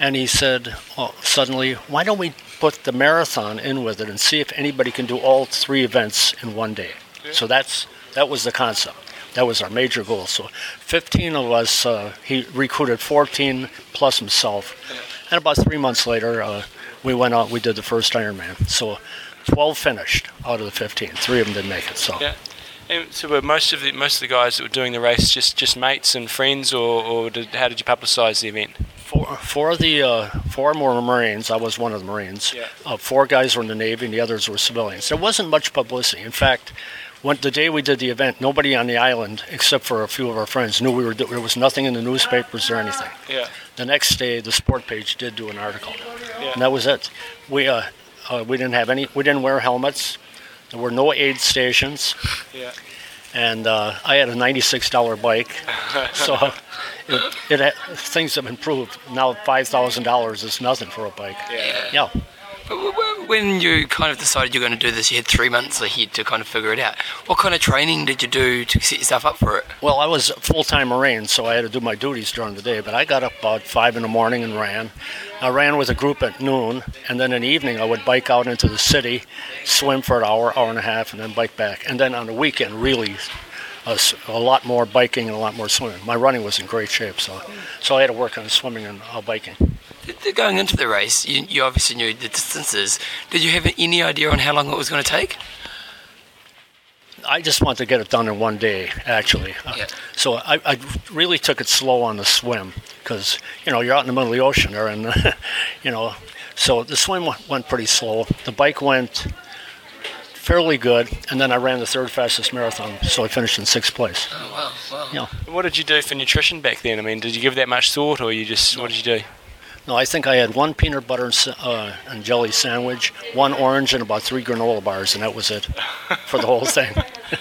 S4: and he said, well, suddenly, why don't we put the marathon in with it and see if anybody can do all three events in one day? So that's that was the concept. That was our major goal. So 15 of us, uh, he recruited 14 plus himself. And about three months later, uh, we went out, we did the first Ironman. So 12 finished out of the 15. Three of them didn't make it. So
S3: Yeah. And so were most of the most of the guys that were doing the race just, just mates and friends, or, or did, how did you publicise the event?
S4: four, four of the uh, four more Marines. I was one of the Marines.
S3: Yeah.
S4: Uh, four guys were in the Navy, and the others were civilians. There wasn't much publicity. In fact, when, the day we did the event, nobody on the island, except for a few of our friends, knew we were. do- There was nothing in the newspapers or anything.
S3: Yeah.
S4: The next day, the sport page did do an article, and that was it. We uh, uh, we didn't have any. We didn't wear helmets. There were no aid stations
S3: Yeah.
S4: and uh, I had a ninety-six dollar bike. so it, it ha- things have improved. Now five thousand dollars is nothing for a bike.
S3: Yeah.
S4: Yeah.
S1: W- w- When you kind of decided you're going to do this, you had three months ahead to kind of figure it out. What kind of training did you do to set yourself up for it?
S4: Well, I was a full-time Marine, so I had to do my duties during the day. But I got up about five in the morning and ran. I ran with a group at noon, and then in the evening I would bike out into the city, swim for an hour, hour and a half, and then bike back. And then on the weekend, really. A, s- a lot more biking and a lot more swimming. My running was in great shape, so so I had to work on swimming and uh, biking.
S1: Th- th- Going into the race, you, you obviously knew the distances. Did you have any idea on how long it was going to take?
S4: I just wanted to get it done in one day, actually. Uh,
S1: Yeah.
S4: So I, I really took it slow on the swim because you know you're out in the middle of the ocean there, and you know, so the swim w- went pretty slow. The bike went fairly good, and then I ran the third fastest marathon, so I finished in sixth place.
S1: Oh, wow, wow.
S4: Yeah.
S3: What did you do for nutrition back then? I mean, did you give that much thought, or you just what did you do?
S4: No, I think I had one peanut butter and, sa- uh, and jelly sandwich, one orange, and about three granola bars, and that was it for the whole thing.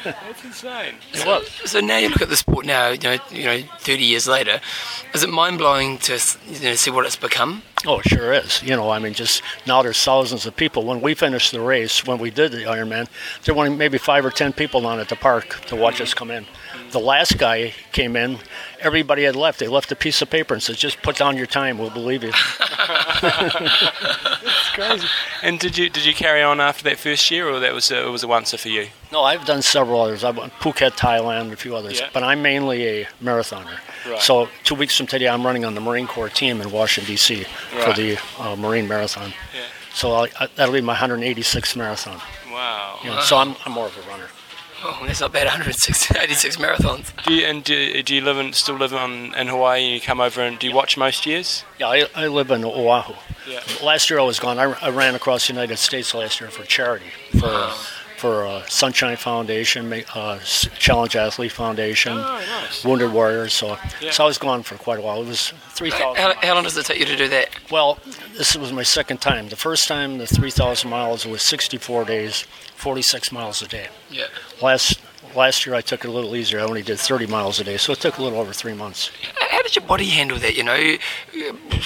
S3: That's insane.
S1: So, so now you look at the sport now, you know, you know 30 years later, is it mind blowing to s- you know, see what it's become?
S4: Oh, it sure is. You know, I mean, just now there's thousands of people. When we finished the race, when we did the Ironman, there were maybe five or ten people down at the park to watch us come in. The last guy came in, everybody had left. They left a piece of paper and said, "Just put down your time. We'll believe you."
S3: And did you did you carry on after that first year, or that was a, it was a once for you?
S4: no, I've done several others. I've done Phuket, Thailand, a few others.
S3: Yeah.
S4: But I'm mainly a marathoner.
S3: Right.
S4: So two weeks from today, I'm running on the Marine Corps team in Washington D.C. for
S3: Right.
S4: the uh, Marine Marathon.
S3: Yeah.
S4: So I, I, that'll be my 186th marathon.
S3: Wow.
S4: You know, So I'm, I'm more of a runner.
S1: Oh, that's not bad, 186 marathons.
S3: Do you, and do, do you live in still live on in Hawaii? And you come over and do you watch most years?
S4: Yeah, I, I live in Oahu.
S3: Yeah.
S4: Last year I was gone. I, I ran across the United States last year for charity, for for uh, Sunshine Foundation, ma- uh, S- Challenge Athlete Foundation,
S3: Oh, nice.
S4: Wounded Warriors. So,
S3: Yeah.
S4: so I was gone for quite a while. It was three
S1: How,
S4: thousand.
S1: how long does it take you to do that?
S4: Well, this was my second time. The first time, the three thousand miles was sixty-four days, forty-six miles a day.
S1: Yeah.
S4: Last last year I took it a little easier. I only did thirty miles a day, so it took a little over three months.
S1: How did your body handle that? You know,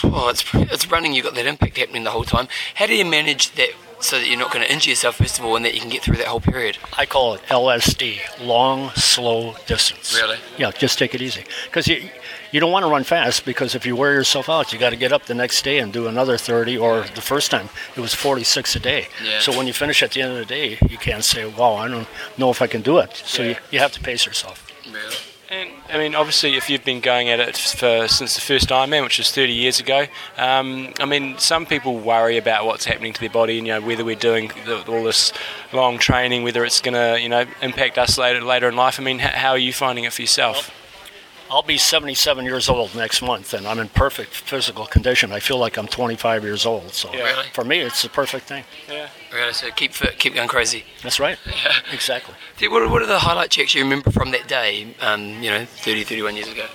S1: well, it's, it's running, you've got that impact happening the whole time. How do you manage that so that you're not going to injure yourself, first of all, and that you can get through that whole period?
S4: I call it LSD, long, slow distance.
S1: Really?
S4: Yeah, just take it easy. Because you, you don't want to run fast because if you wear yourself out, you got to get up the next day and do another 30 or the first time it was 46 a day.
S1: Yeah.
S4: So when you finish at the end of the day, you can't say, wow, I don't know if I can do it. So you,
S3: Yeah.
S4: you have to pace yourself.
S1: Really?
S3: And I mean, obviously, if you've been going at it for since the first Ironman, which was 30 years ago, um, I mean, some people worry about what's happening to their body, and you know, whether we're doing the, all this long training, whether it's going to, you know, impact us later later in life. I mean, h- how are you finding it for yourself?
S4: I'll be 77 years old next month, and I'm in perfect physical condition. I feel like I'm 25 years old. So
S3: Yeah.
S1: Really?
S4: for me, it's the perfect thing.
S1: Really? So keep fit, keep going crazy.
S4: That's right. Exactly.
S1: Dude, What are, what are the highlight checks you remember from that day, um, you know, 30, 31 years ago?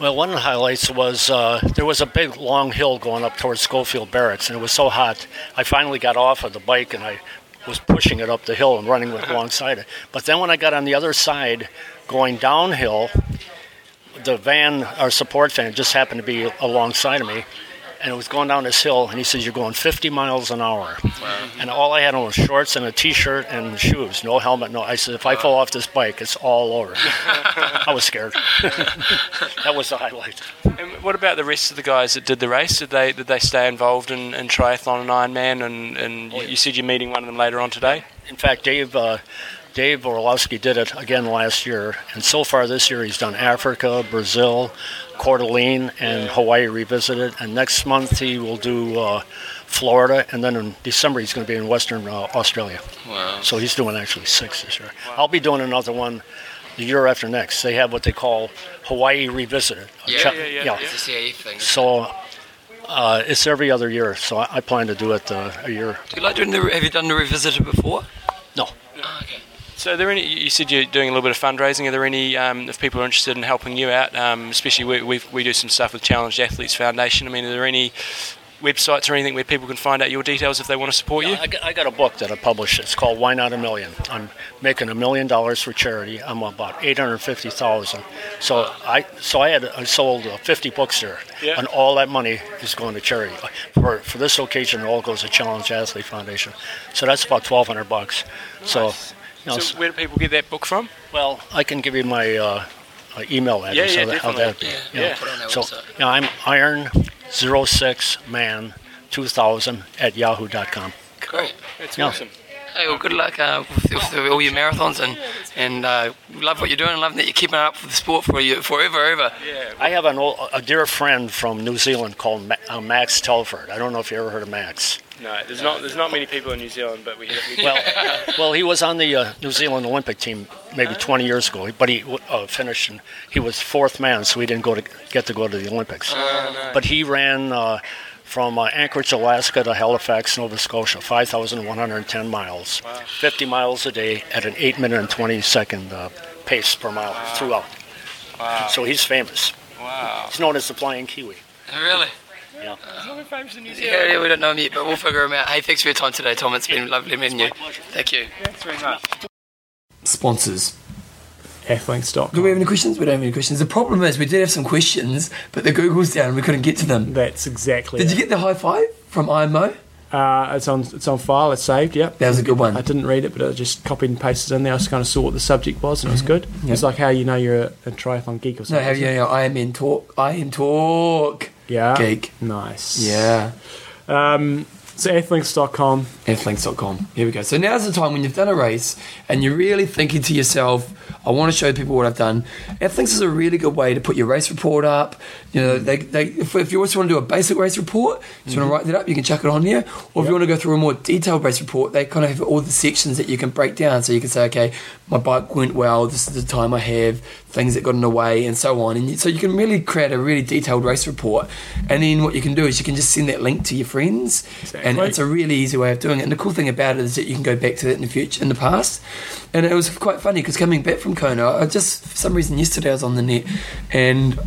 S4: Well, one of the highlights was uh, there was a big long hill going up towards Schofield Barracks, and it was so hot. I finally got off of the bike and I was pushing it up the hill and running with alongside it. But then when I got on the other side, going downhill, the van, our support van, just happened to be alongside of me, and it was going down this hill. And he says, "You're going 50 miles an hour." And all I had on was shorts and a T-shirt and shoes, no helmet, no. I said, "If I fall off this bike, it's all over." I was scared. that was the highlight.
S3: And what about the rest of the guys that did the race? Did they did they stay involved in, in triathlon and Ironman? And, and you, you said you're meeting one of them later on today.
S4: In fact, Dave uh, Dave Orlowski did it again last year, and so far this year he's done Africa, Brazil, Coeur d'Alene, and Hawaii revisited. And next month he will do uh, Florida, and then in December he's going to be in Western uh, Australia.
S5: Wow.
S4: So he's doing actually six this year. I'll be doing another one the year after next. They have what they call Hawaii revisited. a
S5: Yeah,
S4: cha-
S5: yeah,
S3: yeah, yeah.
S5: It's a CAF thing.
S4: So. Uh, it's every other year, so I, I plan to do it uh, a year.
S5: Do you like doing the? Have you done the revisited before?
S4: No,
S5: Ah, okay.
S3: So, are there any? You said you're doing a little bit of fundraising. Are there any? Um, if people are interested in helping you out, um, especially we we've, we do some stuff with Challenged Athletes Foundation. I mean, are there any websites or anything where people can find out your details if they want to support you?
S4: Yeah, I, got, I got a book that I published. It's called Why Not a Million. I'm making a million dollars for charity. I'm about eight hundred fifty thousand. So I so I had I sold uh, fifty books there,
S3: Yeah.
S4: and all that money is going to charity. For for this occasion, it all goes to Challenge Athlete Foundation. So that's about twelve hundred bucks. So. You know,
S3: So, where do people get that book from?
S4: well, I can give you my uh, uh, email address.
S3: yeah,
S4: how that, how that'd be.
S3: definitely.
S4: you
S3: Yeah,
S4: know.
S5: put it on our
S4: So
S5: website.
S4: yeah, I'm iron 06 man 2000 at yahoo.com.
S5: Great.
S3: That's
S4: Yeah.
S3: awesome.
S5: Hey, well, good luck uh, with, with all your marathons and and uh, love what you're doing. and Love that you're keeping up with the sport for you forever, ever.
S3: Yeah.
S4: I have an old, a dear friend from New Zealand called Ma- uh, Max Telford. I don't know if you ever heard of Max.
S3: No, there's not there's not many people in New Zealand, but we. we
S4: Well, well, he was on the uh, New Zealand Olympic team maybe 20 years ago, but he uh, finished and he was fourth man, so he didn't go to get to go to the Olympics. But he ran uh, from uh, Anchorage, Alaska to Halifax, Nova Scotia, 5,110 miles, 50 miles a day at an 8 minute and 20 second uh, pace per mile throughout. So he's famous.
S3: wow.
S4: He's known as the Flying Kiwi.
S5: Really?
S3: famous in New Zealand.
S5: Yeah, yeah, we don't know him yet, but we'll figure him out. Hey, thanks for your time today, Tom. It's been lovely meeting you. Thank you.
S3: Thanks very much.
S1: Sponsors.
S2: Athlinks.com.
S1: Do we have any questions? We don't have any questions. The problem is we did have some questions, but the Google's down and we couldn't get to them.
S2: That's exactly.
S1: Did
S2: it.
S1: you get the high five from IMO?
S2: Uh, it's on it's on file. It's saved. Yep.
S1: That was a good one.
S2: I didn't read it, but I just copied and pasted in there. I just kind of saw what the subject was, and it was good. It's like how you know you're a, a triathlon
S1: Mm-hmm.
S2: geek or
S1: No,
S2: something.
S1: have you?
S2: isn't it?
S1: I am in talk. I am talk.
S2: Yeah.
S1: Geek.
S2: Nice. Um,
S1: Yeah.
S2: So athlinks.com.
S1: Athlinks.com. Here we go. So now's the time when you've done a race and you're really thinking to yourself, I want to show people what I've done. Athlinks is a really good way to put your race report up. You know, they, they, if, if you also want to do a basic race report, if you want to write that up, you can chuck it on there. Or if you want to go through a more detailed race report, they kind of have all the sections that you can break down. So you can say, okay, my bike went well. This is the time I have. Things that got in the way, and so on. And you, so you can really create a really detailed race report. And then what you can do is you can just send that link to your friends, and
S2: Exactly.
S1: it's a a really easy way of doing it. And the cool thing about it is that you can go back to that in the future, in the past. And it was quite funny because coming back from Kona, I just for some reason yesterday I was on the net, and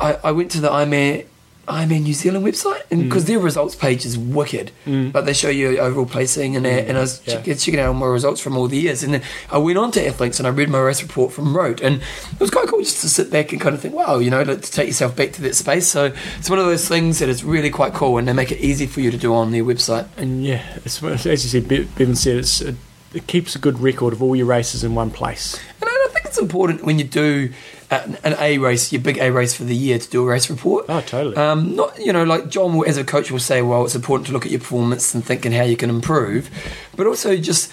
S1: I, I went to the Ironman. Ironman New Zealand website because their results page is wicked, but they show you overall placing and that, and I was
S2: Yeah.
S1: check, checking out all my results from all the years, and then I went on to Athlinks and I read my race report from Rote, and it was quite cool just to sit back and kind of think, wow, you know, like, to take yourself back to that space. So it's one of those things that is really quite cool, and they make it easy for you to do on their website.
S2: And yeah, it's, as you said, Be- Bevan said, it's, it, it keeps a good record of all your races in one place.
S1: And I think it's important when you do uh, an, an A race, your big A race for the year, to do a race report.
S2: Oh, totally.
S1: Um, not you know like John will, as a coach will say, well, it's important to look at your performance and thinking how you can improve, but also just.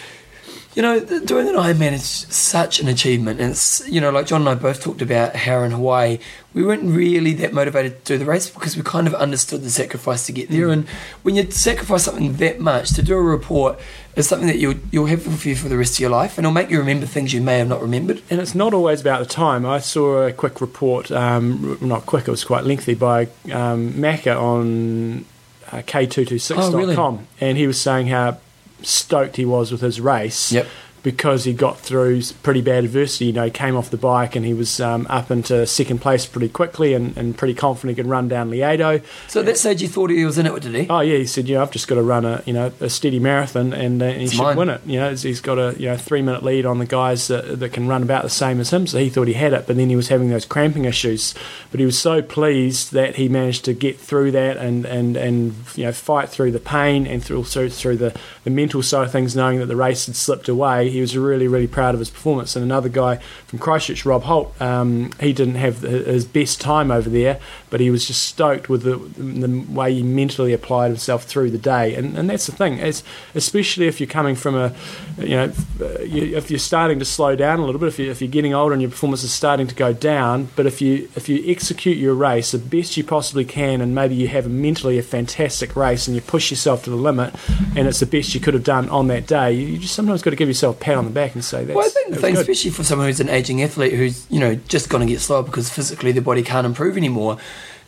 S1: You know, th- doing an Ironman is such an achievement, and it's you know, like John and I both talked about how in Hawaii we weren't really that motivated to do the race because we kind of understood the sacrifice to get there. And when you sacrifice something that much to do a report is something that you'll you'll have with you for the rest of your life, and it'll make you remember things you may have not remembered.
S2: and it's not always about the time. I saw a quick report, um, r- not quick, it was quite lengthy, by um, Macca on uh, K226.com.
S1: Oh, really?
S2: And he was saying how stoked he was with his race.
S1: Yep.
S2: because he got through pretty bad adversity. You know, he came off the bike and he was um, up into second place pretty quickly and, and pretty confident he could run down Liedo.
S1: So at that stage, you thought he was in it, did he?
S2: Oh yeah, he said, you know, I've just got to run a you know a steady marathon and, uh, he
S1: It's
S2: should
S1: mine.
S2: win it. You know, he's got a you know three minute lead on the guys that, that can run about the same as him. So he thought he had it, but then he was having those cramping issues. But he was so pleased that he managed to get through that and and and you know fight through the pain and through also through the the mental side of things, knowing that the race had slipped away. He was really really proud of his performance. And another guy from Christchurch, Rob Holt, um, he didn't have the- his best time over there, but he was just stoked with the, the way he mentally applied himself through the day. And, and that's the thing, it's, especially if you're coming from a, you know, if, you, if you're starting to slow down a little bit, if, you, if you're getting older and your performance is starting to go down, but if you if you execute your race the best you possibly can, and maybe you have mentally a fantastic race and you push yourself to the limit, and it's the best you could have done on that day, you you just sometimes got to give yourself a pat on the back and say that's.
S1: Well, I think the
S2: that was
S1: thing,
S2: good.
S1: especially for someone who's an aging athlete who's you know just going to get slower because physically their body can't improve anymore,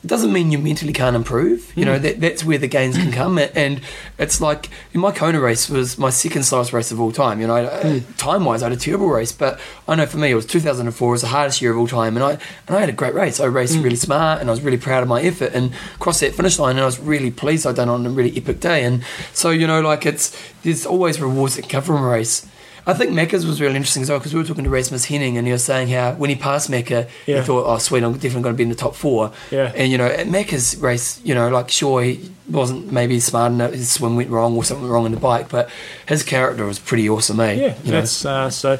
S1: it doesn't mean you mentally can't improve. You
S2: Hmm.
S1: know that that's where the gains can come, A- and it's like in my Kona race was my second slowest race of all time. You know,
S2: Hmm.
S1: time wise, I had a terrible race, but I know for me it was 2004 it was the hardest year of all time, and I and I had a great race. I
S2: Hmm.
S1: raced really smart, and I was really proud of my effort, and crossed that finish line, and I was really pleased I'd done it on a really epic day. And so you know, like it's there's always rewards that come from a race. I think Mecca's was really interesting as well because we were talking to Rasmus Henning and he was saying how when he passed Mecca,
S2: Yeah.
S1: he thought, "Oh, sweet, I'm definitely going to be in the top four.
S2: Yeah.
S1: And you know, at Mecca's race, you know, like sure he wasn't maybe smart enough, his swim went wrong or something wrong in the bike, but his character was pretty awesome, eh?
S2: Yeah,
S1: You know?
S2: that's uh, so.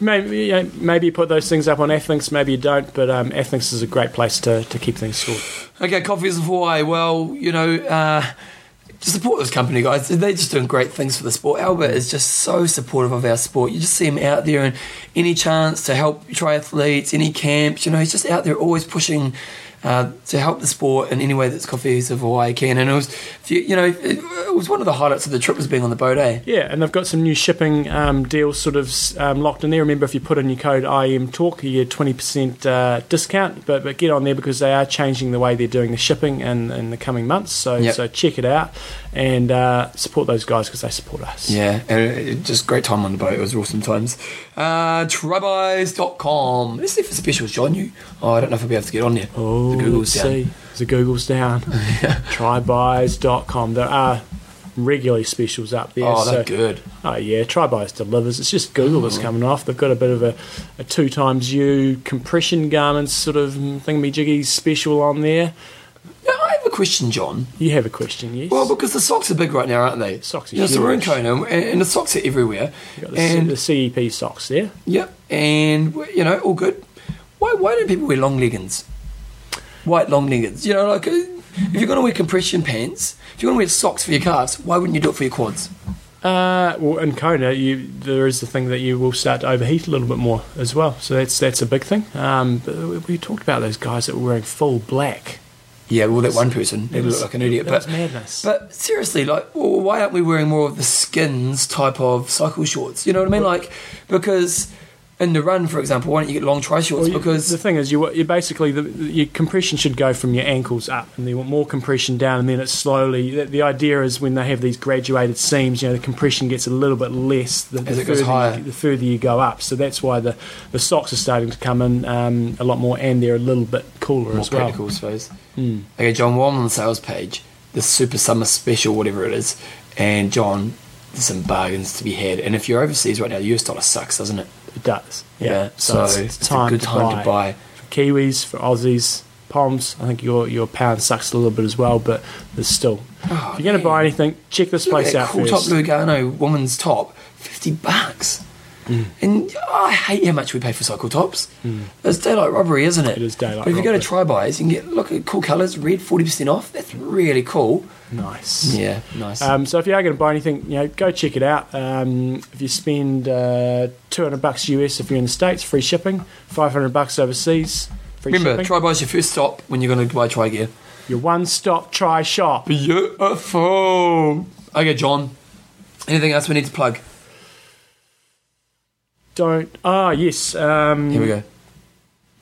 S2: Maybe you know, maybe you put those things up on Athlinks, maybe you don't, but um, Athlinks is a great place to, to keep things scored.
S1: Okay, coffee is Hawaii. Well, you know, uh, just support this company, guys. They're just doing great things for the sport. Albert is just so supportive of our sport. You just see him out there, and any chance to help triathletes, any camps, you know, he's just out there always pushing. Uh, to help the sport in any way that's Coffees of Hawaii can, and it was, you you know, it, it was one of the highlights of the trip was being on the boat, eh?
S2: Yeah, and they've got some new shipping um, deals sort of um, locked in there. Remember, if you put in your code IM Talk, you get twenty percent uh, discount. But but get on there because they are changing the way they're doing the shipping in, in the coming months. So
S1: Yep.
S2: so check it out and uh, support those guys because they support us.
S1: Yeah, and it- it- just great time on the boat. It was awesome times. Uh, Tribeyes.com. Let's see if it's specials, John. You, oh, I don't know if I'll be able to get on there.
S2: Oh,
S1: the Google's
S2: let's
S1: down.
S2: see. The Google's down. Trybuys.com. There are regularly specials up there.
S1: Oh, they're
S2: so-
S1: good. Oh.
S2: Oh, yeah. Trybuys delivers. It's just Google that's coming off. They've got a bit of a, a two times U compression garments sort of thingamajiggy special on there.
S1: Now, I have a question, John.
S2: You have a question, yes?
S1: Well, because the socks are big right now, aren't they?
S2: Socks are
S1: you know, so we're in
S2: huge.
S1: Kona, and, and the socks are everywhere.
S2: You've got the,
S1: and
S2: C- the CEP socks there.
S1: yep, and you know, all good. Why, why don't people wear long leggings? White long leggings. You know, like uh, if you're going to wear compression pants, if you're going to wear socks for your calves, why wouldn't you do it for your quads?
S2: Uh, well, in Kona, you, there is the thing that you will start to overheat a little bit more as well. So that's that's a big thing. Um, but we, we talked about those guys that were wearing full black.
S1: Yeah, well, that one person
S2: It
S1: who
S2: was-
S1: looked like an idiot.
S2: that
S1: but
S2: was madness.
S1: But seriously, like, well, why aren't we wearing more of the skins type of cycle shorts? You know what I mean? Like, because in the run, for example, why don't you get long tri shorts?
S2: Well, you-
S1: because
S2: the thing is, you you basically the, your compression should go from your ankles up, and you want more compression down, and then it's slowly. The, the idea is when they have these graduated seams, you know, the compression gets a little bit less the,
S1: As
S2: the
S1: it goes
S2: further
S1: higher.
S2: You, the further you go up. So that's why the, the socks are starting to come in um, a lot more, and they're a little bit cooler
S1: more
S2: as well. Hmm.
S1: practical, I suppose. Okay, John, while I'm on the sales page, the Super Summer Special, whatever it is, and John, there's some bargains to be had. And if you're overseas right now, the US dollar sucks, doesn't it?
S2: It does. Yeah.
S1: So, it's, a good time to buy.
S2: for Kiwis, for Aussies, Poms. I think your your pound sucks a little bit as well, but there's still. if you're going
S1: Oh, man.
S2: to buy anything, check this
S1: Look at
S2: place
S1: that
S2: out
S1: cool
S2: first.
S1: top Lugano woman's top, fifty bucks. Mm. And I hate how much we pay for cycle tops. It's daylight robbery, isn't Mm. it?
S2: It is daylight
S1: But if you go to
S2: robbery.
S1: Tribuys, you can get look at cool colours, red forty percent off. That's really cool.
S2: Nice.
S1: Yeah, uh, nice.
S2: Um, so if you are going to buy anything, you know, go check it out. Um, if you spend uh, 200 bucks US if you're in the states, free shipping. 500 bucks overseas, free
S1: Remember,
S2: shipping.
S1: Tribuys your first stop when you're going to buy tri gear.
S2: Your one-stop try shop.
S1: Beautiful. Okay, John. Anything else we need to plug?
S2: Don't. Ah, yes. Um,
S1: Here we go.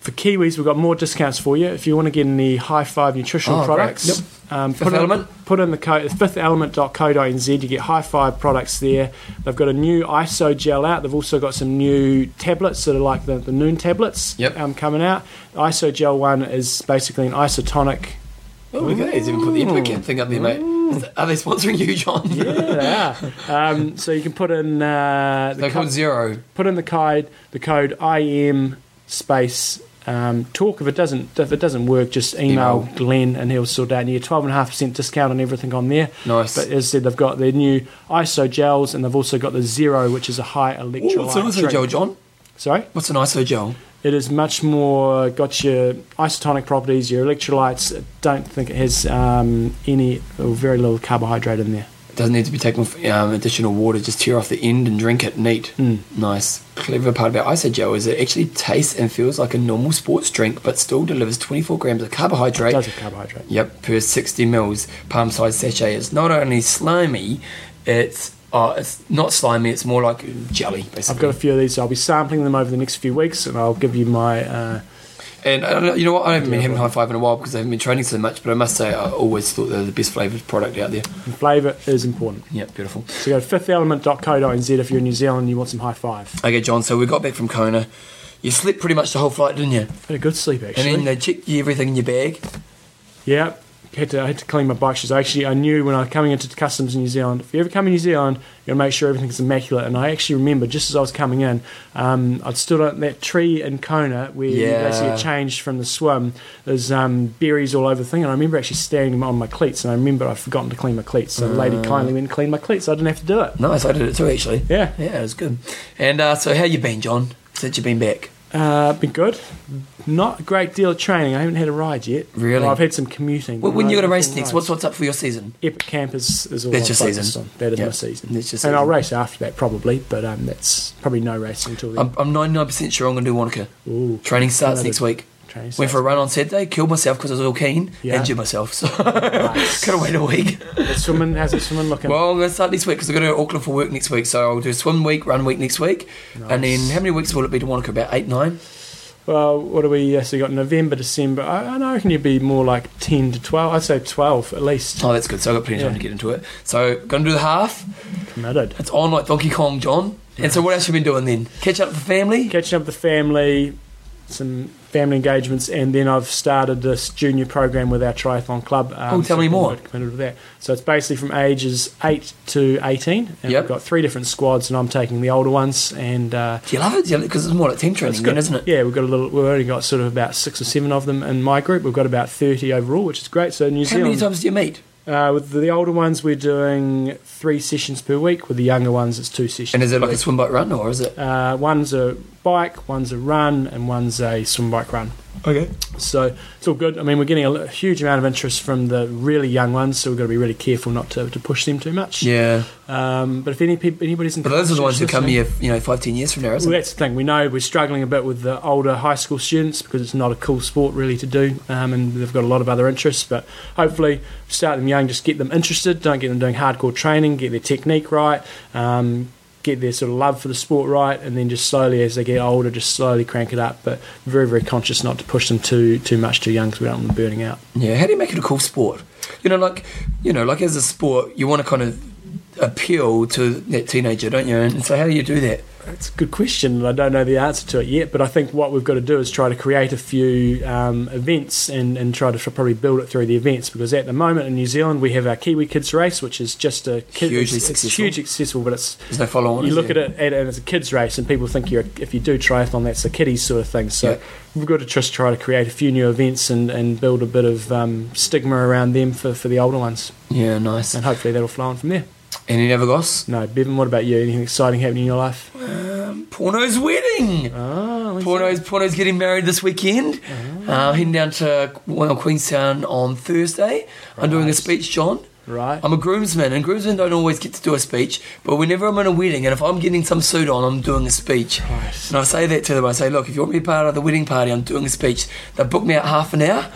S2: for Kiwis, we've got more discounts for you. If you want to get any high five nutritional
S1: Oh, great.
S2: products, um,
S1: Fifth
S2: put
S1: Element?
S2: In, put in the code fithelement.co.nz. You get high five products there. They've got a new ISO gel out. They've also got some new tablets that are like the, the noon tablets
S1: Yep.
S2: um, coming out. The ISO gel one is basically an isotonic.
S1: Oh, look at these. Even put the Impercamp thing up there, mate. Are they sponsoring you, John?
S2: Yeah, they are. um, so you can put in uh, the
S1: They're
S2: co-
S1: called Zero.
S2: put in the code the code IM space um, talk. If it doesn't if it doesn't work, just email,
S1: Email.
S2: Glenn and he'll sort it out. And you get twelve and a half percent discount on everything on there.
S1: Nice.
S2: But as I said, they've got their new ISO gels and they've also got the zero, which is a high electrolyte.
S1: What's an ISO
S2: drink.
S1: gel, John?
S2: Sorry,
S1: What's an ISO gel?
S2: it is much more got your isotonic properties, your electrolytes. I Don't think it has um, any or very little carbohydrate in there.
S1: Doesn't need to be taken with um, additional water. Just tear off the end and drink it neat.
S2: Hmm.
S1: Nice. Clever part about isogel is it actually tastes and feels like a normal sports drink, but still delivers 24 grams of carbohydrate.
S2: Does have carbohydrate.
S1: Yep, per 60 mils, palm-sized sachet. It's not only slimy, it's uh, it's not slimy. It's more like jelly, basically.
S2: I've got a few of these. So I'll be sampling them over the next few weeks, and I'll give you my. Uh,
S1: And I don't know, you know what? I haven't been having high five in a while because I haven't been training so much. But I must say, I always thought they were the best flavored product out there.
S2: and flavour is important.
S1: Yeah, beautiful.
S2: So go to fithelement.co.nz if you're in New Zealand and you want some high five.
S1: Okay, John. So we got back from Kona. You slept pretty much the whole flight, didn't you?
S2: Had a good sleep
S1: And
S2: actually.
S1: then they checked you everything in your bag.
S2: yeah, had to, I had to clean my bike shoes. I Actually, I knew when I was coming into customs in New Zealand, if you ever come in New Zealand, you got to make sure everything's immaculate. And I actually remember just as I was coming in, um, I'd stood on that tree in Kona where you
S1: Yeah.
S2: basically get changed from the swim. There's um, berries all over the thing, and I remember actually standing on my cleats. And I remember I'd forgotten to clean my cleats, so the lady
S1: Uh.
S2: kindly went and cleaned my cleats. So I didn't have to do it.
S1: Nice, I did it too, actually.
S2: Yeah.
S1: yeah, it was good. And uh, so, how you been, John? Since you've been back?
S2: Uh, been good. Not a great deal of training. I haven't had a ride yet.
S1: Really?
S2: Well, I've had some commuting.
S1: Well,
S2: but
S1: when
S2: no
S1: you got to race
S2: actual
S1: next?
S2: rides.
S1: What's what's up for your season?
S2: Epic Camp is, is all
S1: That's
S2: I'm
S1: your
S2: focused
S1: season.
S2: on. That is
S1: Yeah.
S2: my season.
S1: That's your
S2: And I'll
S1: season.
S2: race after that probably, but um, that's probably no racing until then.
S1: I'm I'm 99% sure I'm going to do Wanaka.
S2: Ooh.
S1: Um, Training starts
S2: Another
S1: next week.
S2: training
S1: Went
S2: starts.
S1: for a run on Saturday, killed myself because I was all keen,
S2: Yeah.
S1: injured myself. So,
S2: Nice.
S1: gotta wait a week.
S2: The swimming, how's the swimming looking?
S1: Well, I'm going to start next week because I've got to go to Auckland for work next week. So I'll do swim week, run week next week. And then
S2: Nice.
S1: how many weeks will it be to Wanaka? About eight, nine?
S2: well, what do we? Uh, so you got November, December. I, I reckon you'd be more like ten to twelve. I'd say twelve at least.
S1: Oh, that's good. So I've got plenty of time
S2: Yeah.
S1: to get into it. So going to do the half.
S2: Committed.
S1: It's on like Donkey Kong, John. And so what else have you been doing then? Catch up with the family?
S2: Catching up with the family, some family engagements, and then I've started this junior program with our triathlon club. Um,
S1: Oh, tell me
S2: so
S1: more.
S2: I'm Committed with that. So it's basically from ages eight to eighteen, and
S1: Yep.
S2: we've got three different squads, and I'm taking the older ones, and. Uh,
S1: Do you love it? Because it's more like team training,
S2: It's
S1: then,
S2: good.
S1: isn't it?
S2: Yeah, we've got a little. We've only got sort of about six or seven of them in my group. We've got about thirty overall, which is great. So New
S1: How many
S2: Zealand.
S1: times do you meet?
S2: uh, with the older ones, we're doing three sessions per week. With the younger ones, it's two sessions.
S1: And is it
S2: per
S1: like a swim, bike, run, or is it?
S2: week. uh, one's a bike, one's a run, and one's a swim bike run.
S1: Okay.
S2: So it's all good. I mean, we're getting a l- huge amount of interest from the really young ones, so we've got to be really careful not to, to push them too much.
S1: Yeah.
S2: Um, but if any peop anybody's in
S1: But those are the ones who come
S2: listening-
S1: here, you know, five, ten years from now, isn't
S2: Well,
S1: it?
S2: that's the thing. We know we're struggling a bit with the older high school students because it's not a cool sport really to do, um, and they've got a lot of other interests. But hopefully, start them young, just get them interested. Don't get them doing hardcore training. Get their technique right. Um, get their sort of love for the sport right, and then just slowly, as they get older, just slowly crank it up. But very, very conscious not to push them too too much too young because we don't want them burning out.
S1: Yeah. How do you make it a cool sport? You know, like, you know, like as a sport, you want to kind of appeal to that teenager, don't you? And so how do you do that?
S2: That's a good question, and I don't know the answer to it yet. But I think what we've got to do is try to create a few um, events and, and try to f- probably build it through the events because at the moment in New Zealand we have our Kiwi Kids Race, which is just a kid,
S1: Hugely
S2: it's, it's
S1: successful. Oh,
S2: huge accessible, but it's
S1: There's no follow on.
S2: you look at it at, and it's a kids race, and people think you're if you do triathlon, that's a kiddies sort of thing. So
S1: Yeah.
S2: we've got to just try to create a few new events and, and build a bit of um, stigma around them for, for the older ones,
S1: Yeah, nice.
S2: and
S1: And
S2: hopefully that'll flow on from there.
S1: you never goss?
S2: No, Bevan, what about you? Anything exciting happening in your life?
S1: Porno's wedding!
S2: Oh, when's
S1: Porno's Porno's getting married this weekend. Uh, heading down to well, Queenstown on Thursday. I'm doing a
S2: Nice.
S1: speech, John.
S2: that? Right.
S1: I'm a groomsman, and groomsmen don't always get to do a speech. But whenever I'm in a wedding, and if I'm getting some suit on, I'm doing a speech. And I say that to them. I say, look, if you want me to be part of the wedding party, I'm doing a speech. They book me out half an hour.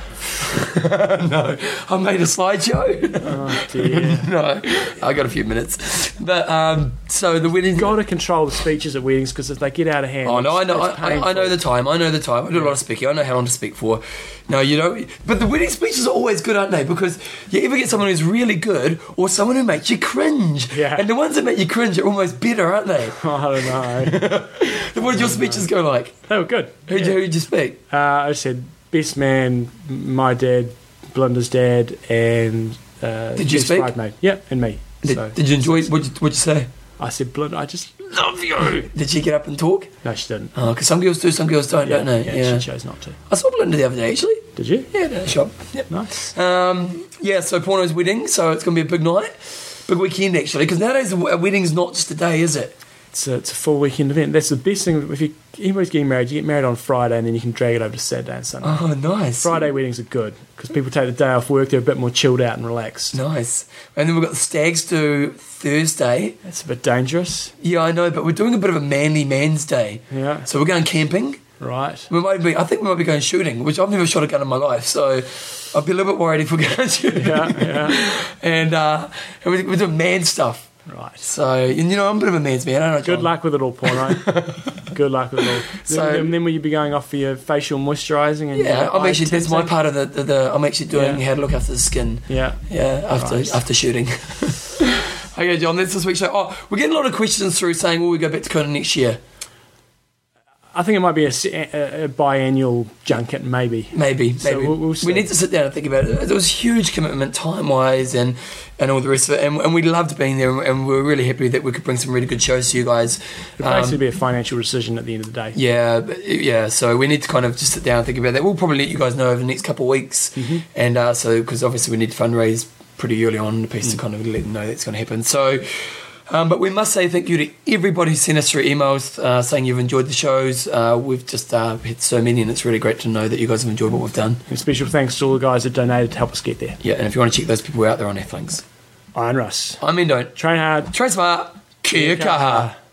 S1: no, I made a slideshow.
S2: Oh, dear.
S1: no, I got a few minutes. But um, so the wedding.
S2: Got to control the speeches at weddings because if they get out of hand,
S1: Oh no, I
S2: it's-
S1: know,
S2: it's
S1: I, I, I know
S2: painful.
S1: the time. I know the time. I do a lot of speaking. I know how long to speak for. No, you don't. But the wedding speeches are always good, aren't they? Because you either get someone who's really good or someone who makes you cringe.
S2: Yeah.
S1: And the ones that make you cringe are almost better, aren't they?
S2: I don't know.
S1: what did your speeches go like?
S2: Oh, they were good.
S1: Who did you speak?
S2: Uh, I said best man, m- my dad, Belinda's dad, and uh,
S1: Did you
S2: Jeff's
S1: speak?
S2: bridesmaid. Yep, and me.
S1: Did,
S2: so
S1: did you enjoy? What you, what you say?
S2: I said Belinda. I just
S1: Love you. Did she get up and talk?
S2: no, she didn't.
S1: Oh, because some girls do, some girls don't, don't they?
S2: yeah, she chose not to.
S1: I saw Belinda the other day, actually.
S2: Did you?
S1: Yeah, down the shop. Yep.
S2: Nice.
S1: Um, yeah, so Porno's wedding, so it's going to be a big night, big weekend actually, because nowadays a a wedding's not just a day, is it?
S2: It's a, it's a full weekend event. That's the best thing. If you anybody's getting married, you get married on Friday, and then you can drag it over to Saturday and Sunday.
S1: Oh, nice.
S2: Friday weddings are good because people take the day off work. They're a bit more chilled out and relaxed.
S1: Nice. And then we've got the Stags do Thursday.
S2: That's a bit dangerous,
S1: Yeah, I know, but we're doing a bit of a manly man's day.
S2: Yeah.
S1: So we're going camping.
S2: right?
S1: We might be, I think we might be going shooting, which I've never shot a gun in my life, so I'd be a little bit worried if we're going shooting.
S2: Yeah, yeah,
S1: And, uh, and we're, we're doing man stuff.
S2: right.
S1: So, and you know, I'm a bit of a man's man, I don't know.
S2: Good
S1: John.
S2: luck with it all, porno. Good luck with it all.
S1: So-
S2: So, then, then will you be going off for your facial moisturising? And
S1: Yeah,
S2: your
S1: I'm
S2: eye
S1: actually, that's my
S2: cleansing?
S1: part of the, the, the I'm actually doing
S2: Yeah.
S1: how to look after the skin.
S2: Yeah.
S1: Yeah, after
S2: Nice.
S1: after shooting. okay, John, that's this week's show. Oh, we're getting a lot of questions through saying, will we go back to Kona next year?
S2: I think it might be a, se- a, a biannual junket, maybe.
S1: Maybe, maybe.
S2: So we'll- we'll see.
S1: we need to sit down and think about it. It was a huge commitment time wise and, and all the rest of it. And, and we loved being there and we were really happy that we could bring some really good shows to you guys. Um,
S2: It'd basically be a financial decision at the end of the day.
S1: Yeah, but- yeah. So we need to kind of just sit down and think about that. We'll probably let you guys know over the next couple of weeks, and uh, so because obviously we need to fundraise pretty early on in the piece to kind of let them know that's going to happen. So. Um, but we must say thank you to everybody who sent us through emails uh, saying you've enjoyed the shows. Uh, we've just uh, had so many, and it's really great to know that you guys have enjoyed what we've done.
S2: And special thanks to all the guys that donated to help us get there.
S1: Yeah, and if you want to check those people out, they're on Airflinks.
S2: Iron Russ.
S1: I mean, don't.
S2: Train hard.
S1: Trace Smart, Kia kaha.